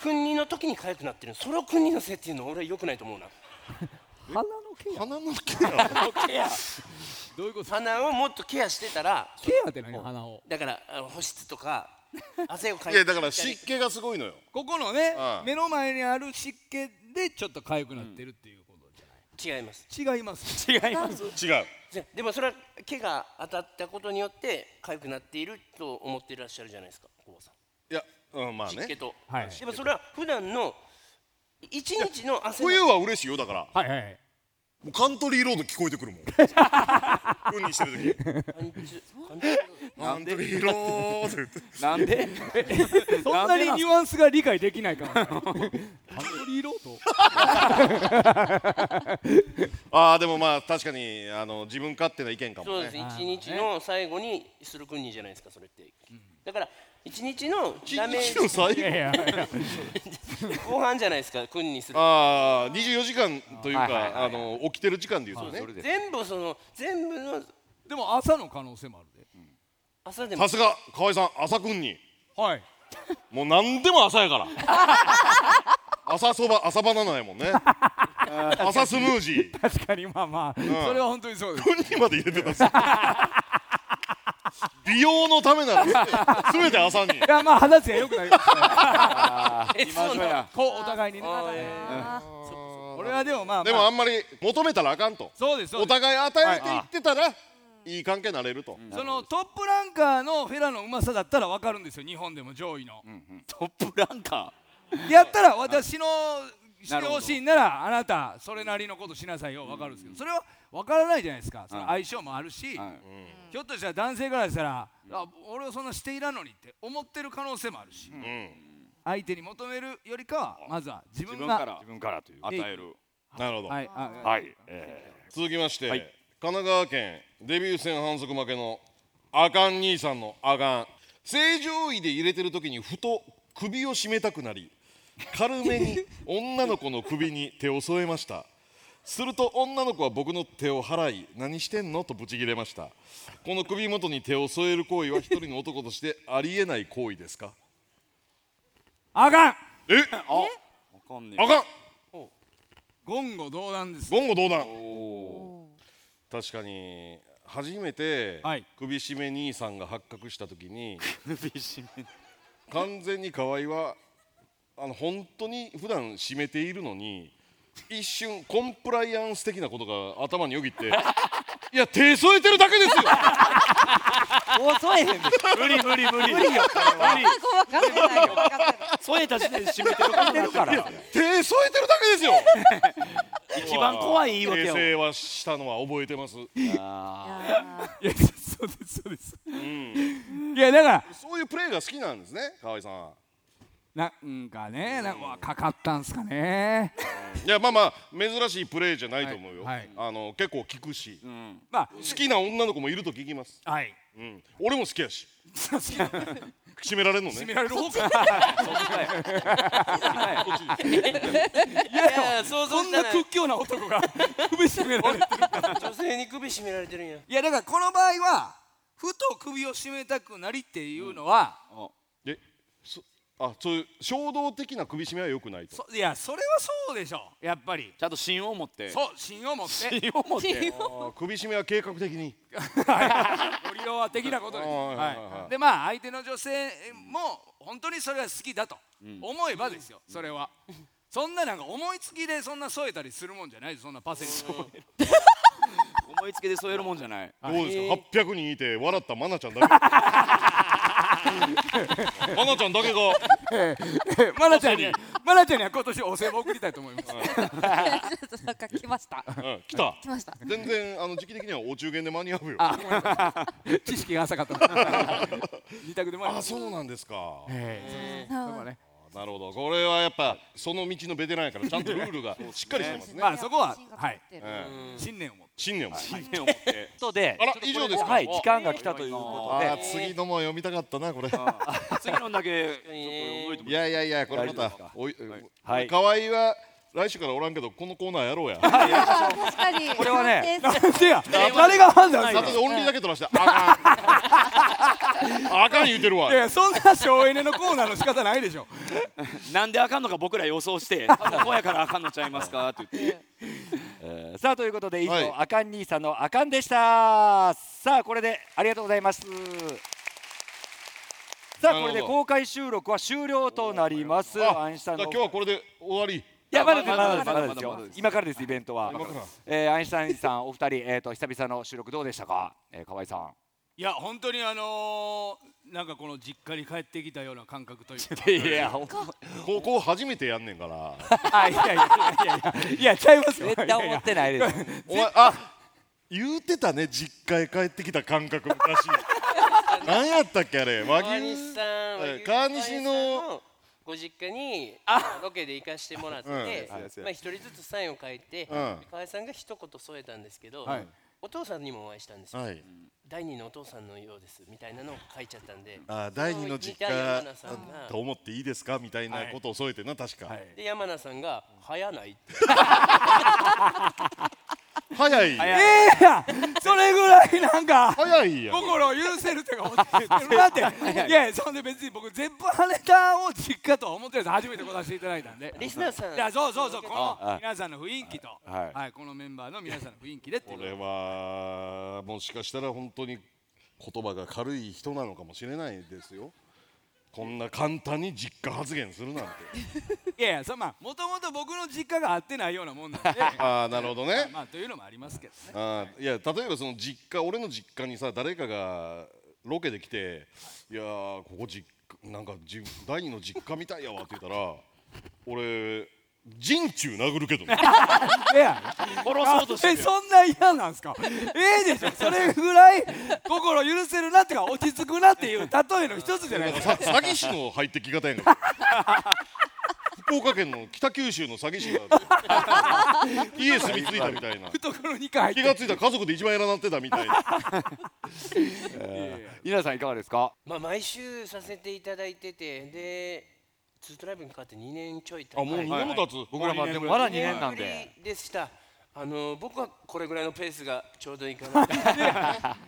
訓ニの時に痒くなってるそれを訓ニのせいっていうのは俺は良くないと思うな
鼻の
ケア鼻の
ケア
どういうこと
鼻をもっとケアしてたら
ケアって何鼻を
だからあの保湿とか汗をかい
い
て
やだから湿気がすごいのよ
ここのね
ああ
目の前にある湿気でちょっと痒くなってるっていうことじゃ
違います
ない、違います
違います
違う
ででもそれは毛が当たったことによって痒くなっていると思っていらっしゃるじゃないですか小林さん
いや、うん、まあね
湿気と、
はい
でもそれは普段の一日の汗の
冬は嬉しいよだから
はいはい
もうカントリーロード聞こえてくるも んうんにしてる時カントリーロードって
なんで
そんなにニュアンスが理解できないか もカントリーロ ード
ああでもまあ確かにあの自分勝手な意見かも
そう
ね
です一日の最後にする訓練じゃないですかそれって、だから一日のダメージ
一日の最後いやいやいや
後半じゃないですか訓にする
ああ24時間という
はいはいはい
かあの起きてる時間でいうとね
全部その全部の
でも朝の可能性もあるで
朝でも
さすが河合さん朝くんに
はい
もう何でも朝やから 朝そば朝バナナやもん ね朝スムージー
確かにまあまあ、
ん
それは本当にそうです
本人まで入れてたんですよ美容のためなら全て朝に
いやまあ肌ツヤ良くなりますね
え
今
そうなの
のやこうお互いにねこれはでもまあ
でもあんまり求めたらあかんと
そうですそう
お
です
互い与えていってたらいい関係になれると
そのトップランカーのフェラのうまさだったら分かるんですよ日本でも上位の、トップランカーやったら私のしてほしいならあなたそれなりのことしなさいよ分かるんですけど、それは分からないじゃないですかその相性もあるし、ひょっとしたら男性からしたら、あ俺はそんなしていらんのにって思ってる可能性もあるし、相手に求めるよりかはまずは自分が
自分からという与える
なるほど
はいあ
はい、え
続きまして、神奈川県デビュー戦反則負けのあかん兄さんのあかん正常位で入れてる時にふと首を絞めたくなり軽めに女の子の首に手を添えましたすると女の子は僕の手を払い何してんのとブチギレましたこの首元に手を添える行為は一人の男としてありえない行為ですか
あかん
え
あかんね
あかん
言語道断です
言語道断確かに初めて首絞め兄さんが発覚した時 に
首絞め
完全に河合はあの本当に普段締めているのに一瞬コンプライアンス的なことが頭によぎって いや手添えてるだけですよ
遅いへん無理無理無理無理よ
無理
添えた時点で締めてることになってるから
手添えてるだけですよ
一番怖い言い訳
訂
を
正はしたのは覚えてます
いやそうですそうです、いやだから
そういうプレーが好きなんですね河合さん
なんかねなんかうわかかったんすかね
いやまあまあ珍しいプレーじゃないと思うよ、
はいはい
あの結構聞くし、
まあ、
好きな女の子もいると聞きます、
はい
うん、俺も好きやし 締められ るのね
締められる方か
そっちかよ
そっちかよ
こっち
いやいや想像したらこんな屈強な男が首絞められてる
女性に首絞められてるんや
いやだからこの場合はふと首を絞めたくなりっていうのは、
えそあそういう衝動的な首絞めはよくないと
いやそれはそうでしょやっぱり
ちゃんと芯を持って
そう芯を持って
芯を持 って 芯
あー首絞めは計画的に
ゴリロは的なことです、
はいはいはい
はいでまあ相手の女性も本当にそれは好きだと思えばですよ、それはそんななんか思いつきでそんな添えたりするもんじゃないですそんなパセリ
思いつきで添えるもんじゃない
どうですか800人いて笑ったマナちゃんだけ マナちゃんだけが
マナ ちゃんにマナちゃんには今年お歳暮送りたいと思います
ちょっとなんか来ました。
うん来た
来ました。
全然あの時期的にはお中元で間に合うよ
あ 知識が 浅かった二択でも
あそうなんですか
え
え
そうかね
なるほどこれはやっぱその道のベテランやからちゃんとルールがしっかりしてますね
まあそこははい
うん
信念を持って
信念を持って
信念を持って
とで
あら以上ですか
はい時間が来たということで
あー次のも読みたかったなこれ
次のだけちょっと覚えても
いやいやいやこれま
大
た
丈夫ですか
おい
はい
河合は来週からおらんけどこのコーナーやろうや
確かに。
これはね
なんでや誰が判断する
後でオンリーだけ取らしてあか んあかん言うてるわ
いやそんな省エネのコーナーの仕方ないでしょ
なんであかんのか僕ら予想して「あこうやからあかんのちゃいますか?」って言って
えーさあということで以上、
はい
あかん兄さんのあかんでしたさあこれでありがとうございますさあこれで公開収録は終了となりますアインシュタインの
今日はこれで終わり
いやまだですまだです
ま
ま
だ
だですよ今からですイベントは
今から、
えー、アインシュタインさんお二人えーと久々の収録どうでしたか、えー、河合 さん
いや本当にあのー、なんかこの実家に帰ってきたような感覚という か
いやほん
高校初めてやんねんから
あいやいやいやいやいやちゃいますよ
絶対思ってないです
お前あ言うてたね実家へ帰ってきた感覚昔何やったっけあれ和
川
牛
西さん
は
はい
川西の
ご実家にロケで行かしてもらって、
うん
まあ一人ずつサインを書いて、
うん
川合さんが一言添えたんですけど、
はい
お父さんにもお会いしたんですよ、
はい
第二のお父さんのようですみたいなのを書いちゃったんで、
あ第二の実
それを見た
家
山名さんが
と思っていいですかみたいなことを添えてな確か、
で山名さんが早ないって
早い
ええやそれぐらいなんか
早いやん
心を許せるとか思ってだっていやいやそんで別に僕全部跳ねたを実家とは思ってないです初めて来させていただいたんで
リスナーさん
いやそうそうそうこ
あ
の
あ
皆さんの雰囲気と
は
はいい、このメンバーの皆さんの雰囲気でってい
こ
う
れはもしかしたら本当に言葉が軽い人なのかもしれないですよこんな簡単に実家発言するなんて
いやいやそまあもともと僕の実家が合ってないようなもんなんで
ああなるほどね
まあというのもありますけどね
あーいや例えばその実家俺の実家にさ誰かがロケで来て「いやーここ実家なんかじ第二の実家みたいやわ」って言ったら俺人中殴るけどね
いや
殺そうとしてる
えそんな嫌なんですかええでしょそれぐらい心許せるなってか落ち着くなっていう例えの一つじゃないですか
さ詐欺師の入ってき方やんか福岡県の北九州の詐欺師がイエス見ついたみたいな
懐に入って
気がついたら家族で一番偉なってたみたいな
稲さんいかがですか
まあ毎週させていただいててでツートライブに変わって2年ちょい経
あもう二年も経つ僕らまあでもまだ二年なんで
二年ぶりでしたあの僕はこれぐらいのペースがちょうどいいかな
な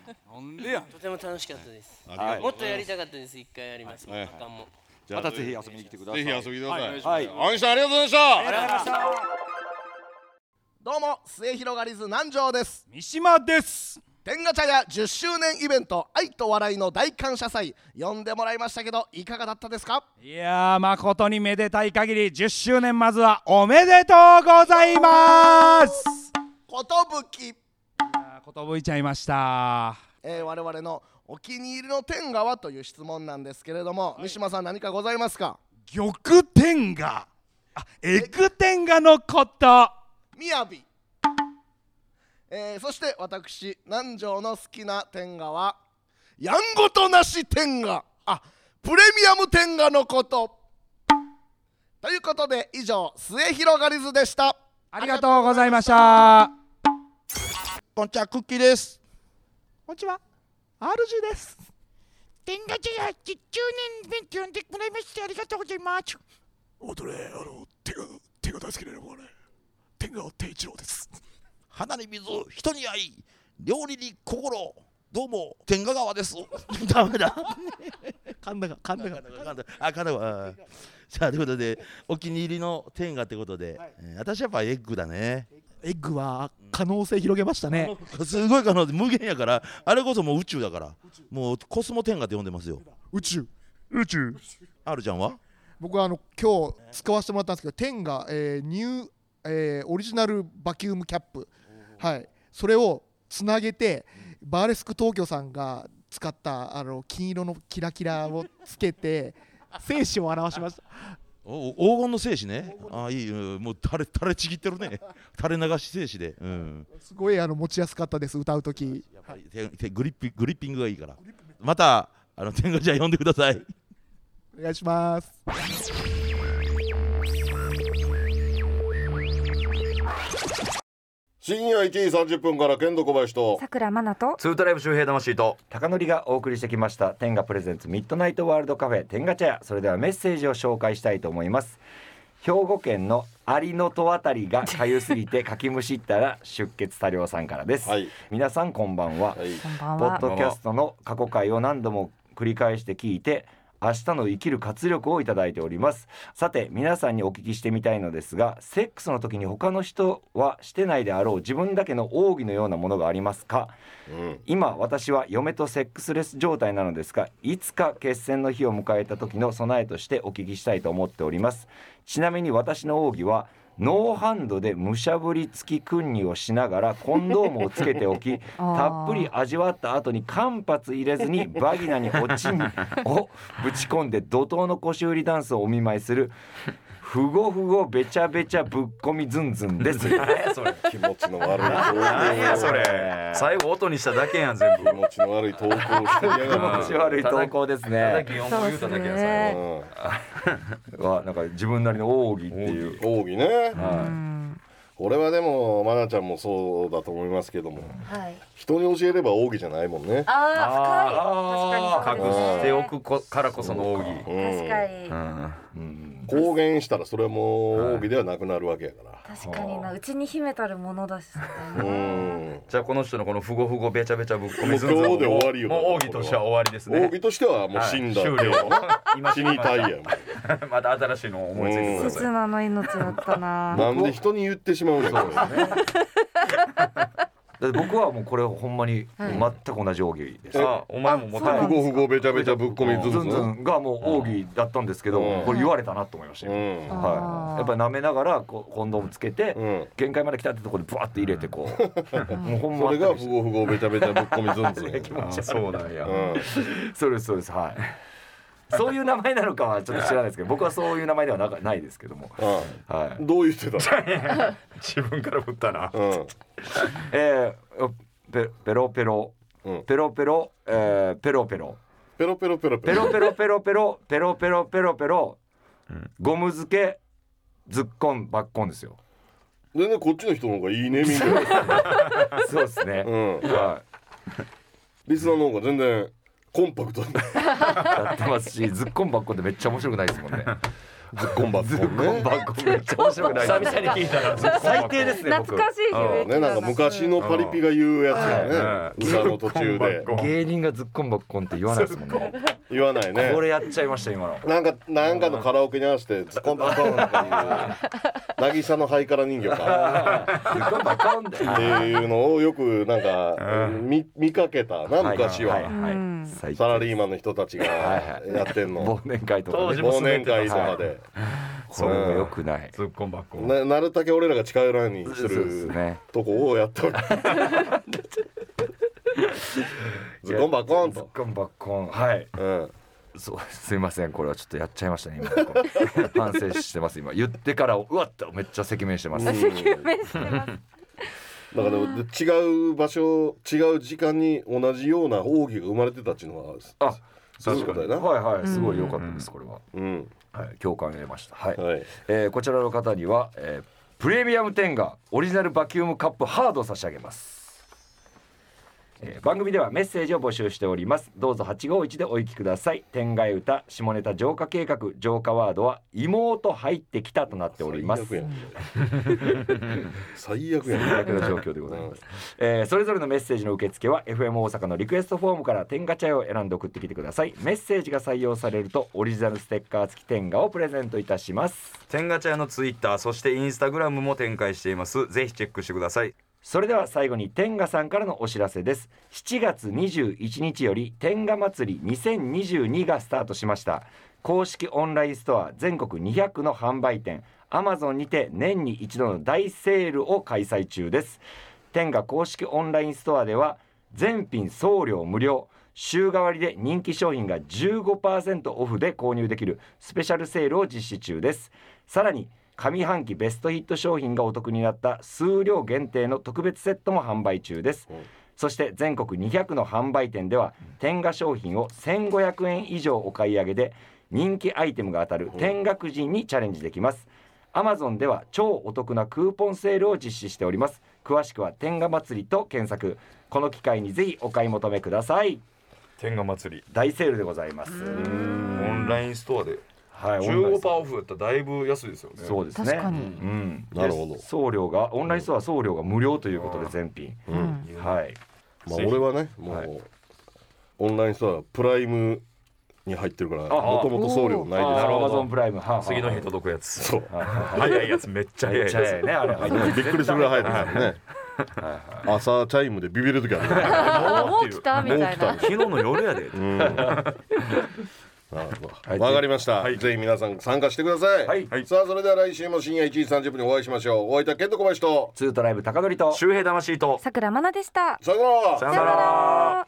んでや
とても楽しかったです
ありがとうございます
もっとやりたかったです一回やります
はい
アカンも
またぜひ遊びに来てください
ぜひ遊びに来てください
はい
アインシュタインありがとうございました
どうも末広がりず南條です三島です天ガチャや10周年イベント愛と笑いの大感謝祭呼んでもらいましたけどいかがだったですか
いやー誠にめでたい限り10周年まずはおめでとうございます
寿、
届いちゃいました
えー、我々のお気に入りの天ガはという質問なんですけれども、三島さん何かございますか
玉天があエグ天がのこと
みやび、えー、そして私南條の好きな天下はやんごとなし天下あプレミアム天下のことということで以上末広がりずでした
ありがとうございました
こんにちはクッキーです
こんにちは RG です
天下茶屋10周年勉強でございましてありがとうございます
踊れあの手が手が大好きなのはね天川定一郎です
花に水人に愛料理に心どうも天下川です
ダメだ。神田が、神田が、神田、あ、神田が。さあ、ということで、お気に入りの天下ってことで、えー私やっぱエッグだね。
エッグは可能性広げましたね
すごい可能性無限やからあれこそもう宇宙だからもうコスモ天下って呼んでますよ宇宙宇宙あるちゃんは
僕はあの今日使わせてもらったんですけど天が、えーニュー、えーオリジナルバキュームキャップはいそれをつなげてバーレスク東京さんが使ったあの金色のキラキラをつけ て精子を表しました
おお黄金の精子ねあいいうんもう垂れ垂れちぎってる ね垂れ流し精子で、うん、
すごいあの持ちやすかったです歌う時はい
手手グリッピグリッピングがいいからまたあの天狗じゃ呼んでください
お願いします
深夜1時30分から剣道小林と
さくらまなと
ツートライブ周平魂と高典がお送りしてきました天下プレゼンツミッドナイトワールドカフェ天下茶屋それではメッセージを紹介したいと思います兵庫県の有野とあたり がかゆすぎてかきむしったら出血多量さんからです、皆さんこんばんは、
ばん
ポ
は
ッドキャストの過去回を何度も繰り返して聞いて明日の生きる活力をいただいておりますさて皆さんにお聞きしてみたいのですがセックスの時に他の人はしてないであろう自分だけの奥義のようなものがありますか、今私は嫁とセックスレス状態なのですがいつか決戦の日を迎えた時の備えとしてお聞きしたいと思っておりますちなみに私の奥義はノーハンドでむしゃぶり付き訓にをしながらコンドームをつけておきたっぷり味わった後に間髪入れずにバギナにおちんをぶち込んで怒涛の腰売りダンスをお見舞いするふごふごべちゃべちゃぶっこみずんずんです。それ
気持ちの悪い
何やそ
れ最後音にしただけやん全部
気持ちの悪い投稿してやが
る
気持ち悪い投稿です
ただ
ね。
擬音語言うただけやん最後
はなんか自分なりの奥義っていう。
奥義ね、俺はでも愛菜ちゃんもそうだと思いますけども
はい。
人に教えれば奥義じゃないもんねー
あ
深い確かにそうですね
隠しておくこからこその奥義。
確
かに
公言したらそれはもう奥義ではなくなるわけやから、
確かになうちに秘めたるものだし
じゃあこの 人のこのふごふごべちゃべちゃぶっこみずんずん
もう今日で終わりよ
もう奥義としては終わりですね
奥義としてはもう死んだ
はい
っていうのね
終了
死にたいやも
また新しいのを思いついてください
刹那の命だったな
なんで人に言ってしまうのか
だって僕はもうこれほんまに
はい
全く同じ奥義です。
あお前も持ってるあそうなん
ですかふごふごべちゃべちゃぶっこみずんずん
がもう奥義だったんですけど、これ言われたなと思いましたよ。はい。やっぱ舐めながらこうコンドームつけて、限界まで来たってところでブワって入れてこう、もうほんま
それがふごふごべちゃべちゃぶっこみずんずん
気持ち悪 いそうなんや
うん
そうですそうですはい。そういう名 前なのかはちょっと知らないですけど、僕はそういう名前ではなかないですけども。はい。
どう言ってた
の？ 自分から振ったな。えーペペロペロペロペロえーペロペロ
ペロペロペロ
ペロペロペロペロペロペロペロペロゴム漬けずっこんばっこんですよ。
全然こっちの人の方がいいねみんな
そうですね
うん
は
リスナーの方が全然コンパクトに
やってますし、ずっこんばっこってめっちゃ面白くないですもんね。
ずっこんばっこね。
ずっこんばっこめっちゃ面白くない。
久々に聞いたらずっこんばっこ
最低ですね。僕
懐かしい響きだなうんねなんか昔のパリピが言うやつだね歌の途中で
芸人がずっこんばっこんって言わないですもんね。
言わないね
これやっちゃいました今の。
なんかなんかのカラオケに合わせてズコンバコンっていう渚のハイカラ人形 かっていうのをよくなんか見見かけたな昔はサラリーマンの人たちがやってんの
忘年会とかね
忘年会とかで
それも良くない。ずっこんばっこ
ななるだけ俺らが近寄らんようにす
そうで
る
すね
とこをやってお るズコンバコンとズ
コンバコンはい。そうすいませんこれはちょっとやっちゃいましたね今反省してます今言ってからうわっとめっちゃ赤面してます
うん赤面してますだから違う場所違う時間に同じような奥義が生まれてたっていうのはあ
確かに
だよな
はいはいすごい良かったですこれは
うん
はい、共感を得ました、はいえーこちらの方には、えープレミアムテンガオリジナルバキュームカップハードを差し上げます、えー番組ではメッセージを募集しておりますどうぞ851でお行きください天外歌下ネタ浄化計画浄化ワードは妹入ってきたとなっております
最悪やん
最悪や最悪の状況でございます、えーそれぞれのメッセージの受付は FM 大阪のリクエストフォームから天ガチャを選んで送ってきてくださいメッセージが採用されるとオリジナルステッカー付き天ガをプレゼントいたします
天ガチャのツイッターそしてインスタグラムも展開していますぜひチェックしてください
それでは最後に天賀さんからのお知らせです7月21日より天賀祭り2022がスタートしました公式オンラインストア全国200の販売店 Amazon にて年に一度の大セールを開催中です天賀公式オンラインストアでは全品送料無料週替わりで人気商品が15%オフで購入できるスペシャルセールを実施中ですさらに上半期ベストヒット商品がお得になった数量限定の特別セットも販売中です、そして全国200の販売店では天下商品を1500円以上お買い上げで人気アイテムが当たる天下くじにチャレンジできます、Amazon では超お得なクーポンセールを実施しております詳しくは天下祭りと検索この機会にぜひお買い求めください
天下祭り
大セールでございます
オンラインストアで
はいオンラインストア
15%オフだったらだいぶ安いですよね
そうですね。うん、
なるほど
で送料がオンラインストア送料が無料ということで全品。はい。
まあ俺はねもう、オンラインストアプライムに入ってるからもともと送料ないです
なるほど。Amazon プライム。はあはあ
次の日届くやつ
そう
早いやつめっちゃ早いやつ
めっちゃ早いねあれ入ってる
びっくりするぐらい早いですよね朝チャイムでビビる時ある
もう来たみたいな
もう来た
の夜やで
うんなるほどわかりました、ぜひ皆さん参加してください、さあそれでは来週も深夜1時30分にお会いしましょうお会いいた健人小林と
ツートライブ高取と
周平魂と
桜まなでした
さよなら
さよなら